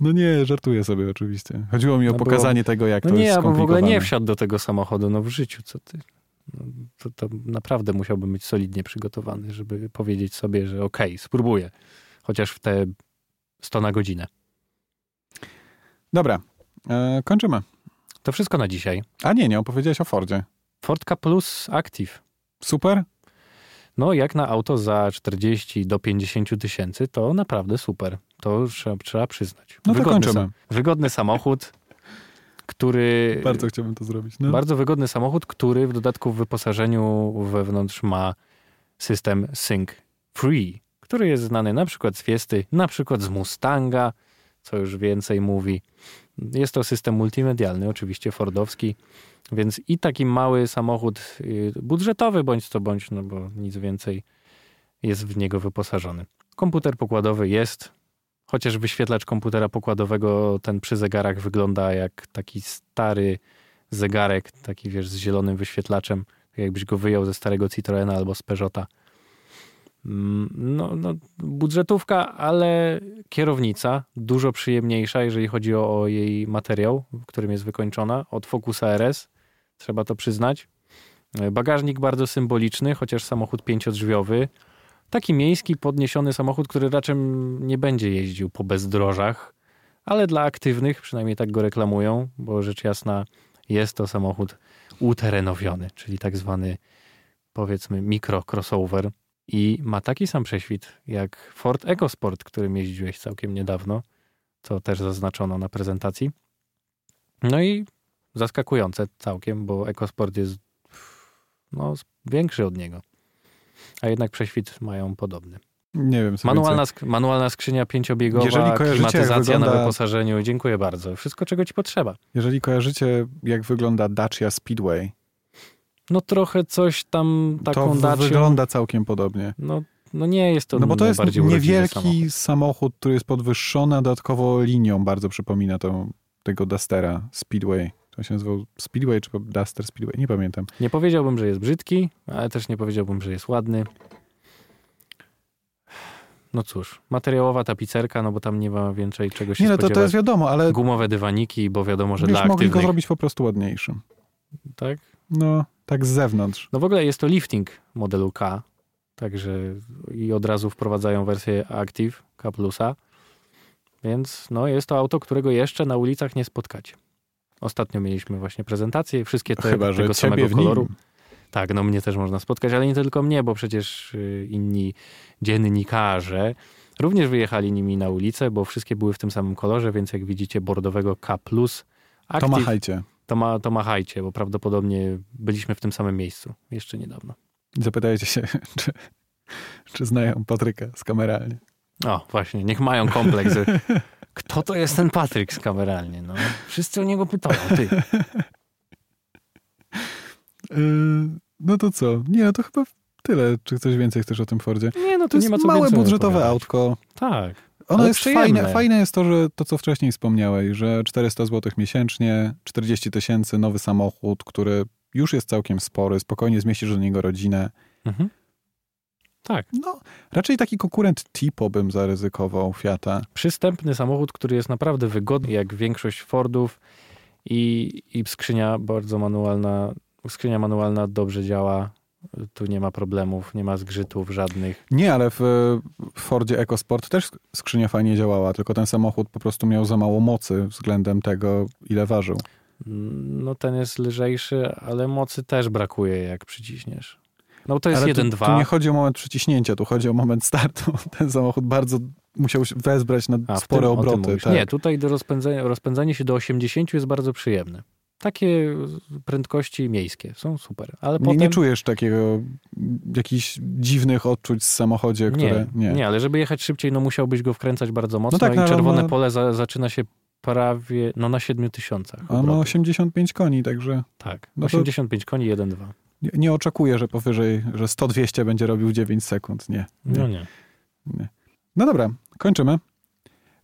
Speaker 1: No nie, żartuję sobie oczywiście. Chodziło mi o
Speaker 2: No bo-
Speaker 1: pokazanie tego, jak
Speaker 2: No
Speaker 1: to
Speaker 2: nie,
Speaker 1: jest
Speaker 2: ja bym w ogóle nie
Speaker 1: skomplikowane.
Speaker 2: wsiadł do tego samochodu, no w życiu, co ty. No, to, to naprawdę musiałbym być solidnie przygotowany, żeby powiedzieć sobie, że okej, spróbuję. Chociaż w te 100 na godzinę.
Speaker 1: Dobra, e, kończymy.
Speaker 2: To wszystko na dzisiaj.
Speaker 1: A nie, nie opowiedziałeś o Fordzie.
Speaker 2: Fordka Plus Active.
Speaker 1: Super?
Speaker 2: No jak na auto za 40 do 50 tysięcy, to naprawdę super. To trzeba, trzeba przyznać.
Speaker 1: No to kończymy.
Speaker 2: sa- wygodny samochód, który...
Speaker 1: Bardzo chciałbym to zrobić. No.
Speaker 2: Bardzo wygodny samochód, który w dodatku w wyposażeniu wewnątrz ma system Sync Free, który jest znany na przykład z Fiesty, na przykład z Mustanga, co już więcej mówi. Jest to system multimedialny, oczywiście fordowski, więc i taki mały samochód y, budżetowy bądź co bądź, no bo nic więcej jest w niego wyposażony. Komputer pokładowy jest, chociaż wyświetlacz komputera pokładowego ten przy zegarach wygląda jak taki stary zegarek, taki wiesz, z zielonym wyświetlaczem, tak jakbyś go wyjął ze starego Citroena albo z Peugeota. Mm, No, no, budżetówka, ale kierownica dużo przyjemniejsza, jeżeli chodzi o, o jej materiał, którym jest wykończona, od Focusa RS, trzeba to przyznać. E, Bagażnik bardzo symboliczny, chociaż samochód pięciodrzwiowy. Taki miejski, podniesiony samochód, który raczej nie będzie jeździł po bezdrożach, ale dla aktywnych, przynajmniej tak go reklamują, bo rzecz jasna jest to samochód uterenowiony, czyli tak zwany powiedzmy mikro-crossover i ma taki sam prześwit jak Ford EcoSport, którym jeździłeś całkiem niedawno, co też zaznaczono na prezentacji. No i zaskakujące całkiem, bo EcoSport jest no, większy od niego. A jednak prześwit mają podobny.
Speaker 1: Nie wiem, co
Speaker 2: Manualna, sk- manualna skrzynia pięciobiegowa,
Speaker 1: Jeżeli kojarzycie, jak
Speaker 2: klimatyzacja na
Speaker 1: wygląda-
Speaker 2: wyposażeniu. Dziękuję bardzo. Wszystko, czego ci potrzeba.
Speaker 1: Jeżeli kojarzycie, jak wygląda Dacia Speedway,
Speaker 2: No trochę coś tam
Speaker 1: to
Speaker 2: taką
Speaker 1: w-
Speaker 2: dacią.
Speaker 1: wygląda całkiem podobnie.
Speaker 2: No, no nie jest to
Speaker 1: no bo to jest
Speaker 2: najbardziej urodziwy
Speaker 1: niewielki
Speaker 2: samochód.
Speaker 1: samochód. który jest podwyższony, a dodatkowo linią bardzo przypomina tą, tego Dustera Speedway. To się nazywał Speedway czy Duster Speedway, nie pamiętam.
Speaker 2: Nie powiedziałbym, że jest brzydki, ale też nie powiedziałbym, że jest ładny. No cóż, materiałowa tapicerka, no bo tam nie ma więcej czego się
Speaker 1: Nie no, to,
Speaker 2: spodziewać.
Speaker 1: to jest wiadomo, ale
Speaker 2: Gumowe dywaniki, bo wiadomo, że
Speaker 1: już
Speaker 2: dla
Speaker 1: mogli go
Speaker 2: aktywnych.
Speaker 1: zrobić po prostu ładniejszym.
Speaker 2: Tak?
Speaker 1: No, tak z zewnątrz.
Speaker 2: No w ogóle jest to lifting modelu K, także i od razu wprowadzają wersję Active K+. Więc no, jest to auto, którego jeszcze na ulicach nie spotkacie. Ostatnio mieliśmy właśnie prezentację, wszystkie te
Speaker 1: Chyba, że
Speaker 2: tego samego
Speaker 1: ciebie w nim.
Speaker 2: koloru. Tak, no mnie też można spotkać, ale nie tylko mnie, bo przecież y, inni dziennikarze również wyjechali nimi na ulicę, bo wszystkie były w tym samym kolorze, więc jak widzicie bordowego K+,
Speaker 1: To
Speaker 2: Active,
Speaker 1: machajcie.
Speaker 2: to, ma, to machajcie, bo prawdopodobnie byliśmy w tym samym miejscu jeszcze niedawno.
Speaker 1: I Zapytajcie się, czy, czy znają Patryka z kameralnie.
Speaker 2: O, właśnie, niech mają kompleks. Kto to jest ten Patryk z kameralnie? No, wszyscy o niego pytają. Ty.
Speaker 1: Yy, no to co? Nie, no to chyba tyle. Czy coś więcej chcesz o tym Fordzie?
Speaker 2: Nie, no
Speaker 1: To jest małe
Speaker 2: więcej
Speaker 1: budżetowe
Speaker 2: opowiadać.
Speaker 1: autko.
Speaker 2: Tak.
Speaker 1: Ono
Speaker 2: Ale
Speaker 1: jest
Speaker 2: przyjemne.
Speaker 1: fajne. Fajne jest to, że to, co wcześniej wspomniałeś, że 400 zł miesięcznie, 40 tysięcy, nowy samochód, który już jest całkiem spory, spokojnie zmieścisz do niego rodzinę.
Speaker 2: Mhm. Tak.
Speaker 1: No, raczej taki konkurent Tipo bym zaryzykował Fiata.
Speaker 2: Przystępny samochód, który jest naprawdę wygodny, jak większość Fordów i, i skrzynia bardzo manualna. Skrzynia manualna dobrze działa. Tu nie ma problemów, nie ma zgrzytów żadnych.
Speaker 1: Nie, ale w w Fordzie EcoSport też skrzynia fajnie działała, tylko ten samochód po prostu miał za mało mocy względem tego, ile ważył.
Speaker 2: No ten jest lżejszy, ale mocy też brakuje, jak przyciśniesz. No to jest
Speaker 1: Ale tu-
Speaker 2: 1.2.
Speaker 1: Tu nie chodzi o moment przyciśnięcia, tu chodzi o moment startu. Ten samochód bardzo musiał się wezbrać na
Speaker 2: A, w
Speaker 1: spore
Speaker 2: tym- o tym
Speaker 1: obroty.
Speaker 2: mówisz.
Speaker 1: tak.
Speaker 2: Nie, tutaj do rozpędzenia, rozpędzanie się do 80 jest bardzo przyjemne. Takie prędkości miejskie są super. Ale
Speaker 1: Nie,
Speaker 2: potem...
Speaker 1: nie czujesz takiego, jakichś dziwnych odczuć w samochodzie, które...
Speaker 2: nie. ale żeby jechać szybciej, no musiałbyś go wkręcać bardzo mocno
Speaker 1: tak,
Speaker 2: i
Speaker 1: no, ale
Speaker 2: czerwone
Speaker 1: ma-
Speaker 2: pole za, zaczyna się prawie, no na 7 tysiącach.
Speaker 1: A ma
Speaker 2: obrotów.
Speaker 1: 85 koni, także
Speaker 2: Tak,
Speaker 1: no to-
Speaker 2: 85 koni, 1,2.
Speaker 1: nie, nie oczekuję, że powyżej, że 100-200 będzie robił 9 sekund. Nie. nie.
Speaker 2: No nie.
Speaker 1: No dobra, kończymy.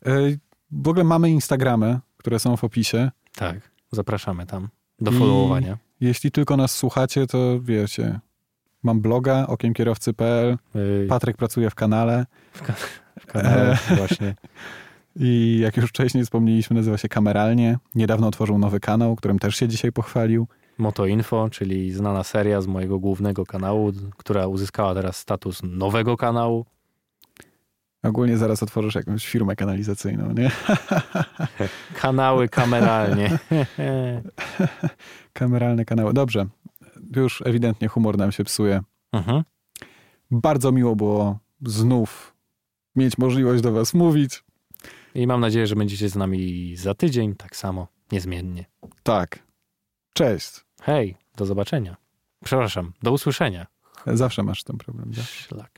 Speaker 1: Yy, W ogóle mamy Instagramy, które są w opisie.
Speaker 2: Tak, zapraszamy tam do
Speaker 1: I-
Speaker 2: followowania.
Speaker 1: Jeśli tylko nas słuchacie, to wiecie, mam bloga okiemkierowcy.pl,
Speaker 2: Yy,
Speaker 1: Patryk pracuje w kanale
Speaker 2: w kanale
Speaker 1: e.
Speaker 2: właśnie.
Speaker 1: i jak już wcześniej wspomnieliśmy, nazywa się Kameralnie. Niedawno otworzył nowy kanał, którym też się dzisiaj pochwalił.
Speaker 2: Motoinfo, czyli znana seria z mojego głównego kanału, która uzyskała teraz status nowego kanału.
Speaker 1: Ogólnie zaraz otworzysz jakąś firmę kanalizacyjną, nie?
Speaker 2: Kanały kameralnie.
Speaker 1: Kameralne kanały. Dobrze, już ewidentnie humor nam się psuje.
Speaker 2: mhm.
Speaker 1: Bardzo miło było znów mieć możliwość do was mówić.
Speaker 2: I mam nadzieję, że będziecie z nami za tydzień, tak samo, niezmiennie.
Speaker 1: Tak. Cześć.
Speaker 2: Hej, do zobaczenia. Przepraszam, do usłyszenia.
Speaker 1: Zawsze masz ten problem. tak? Zawsze.
Speaker 2: Szlak.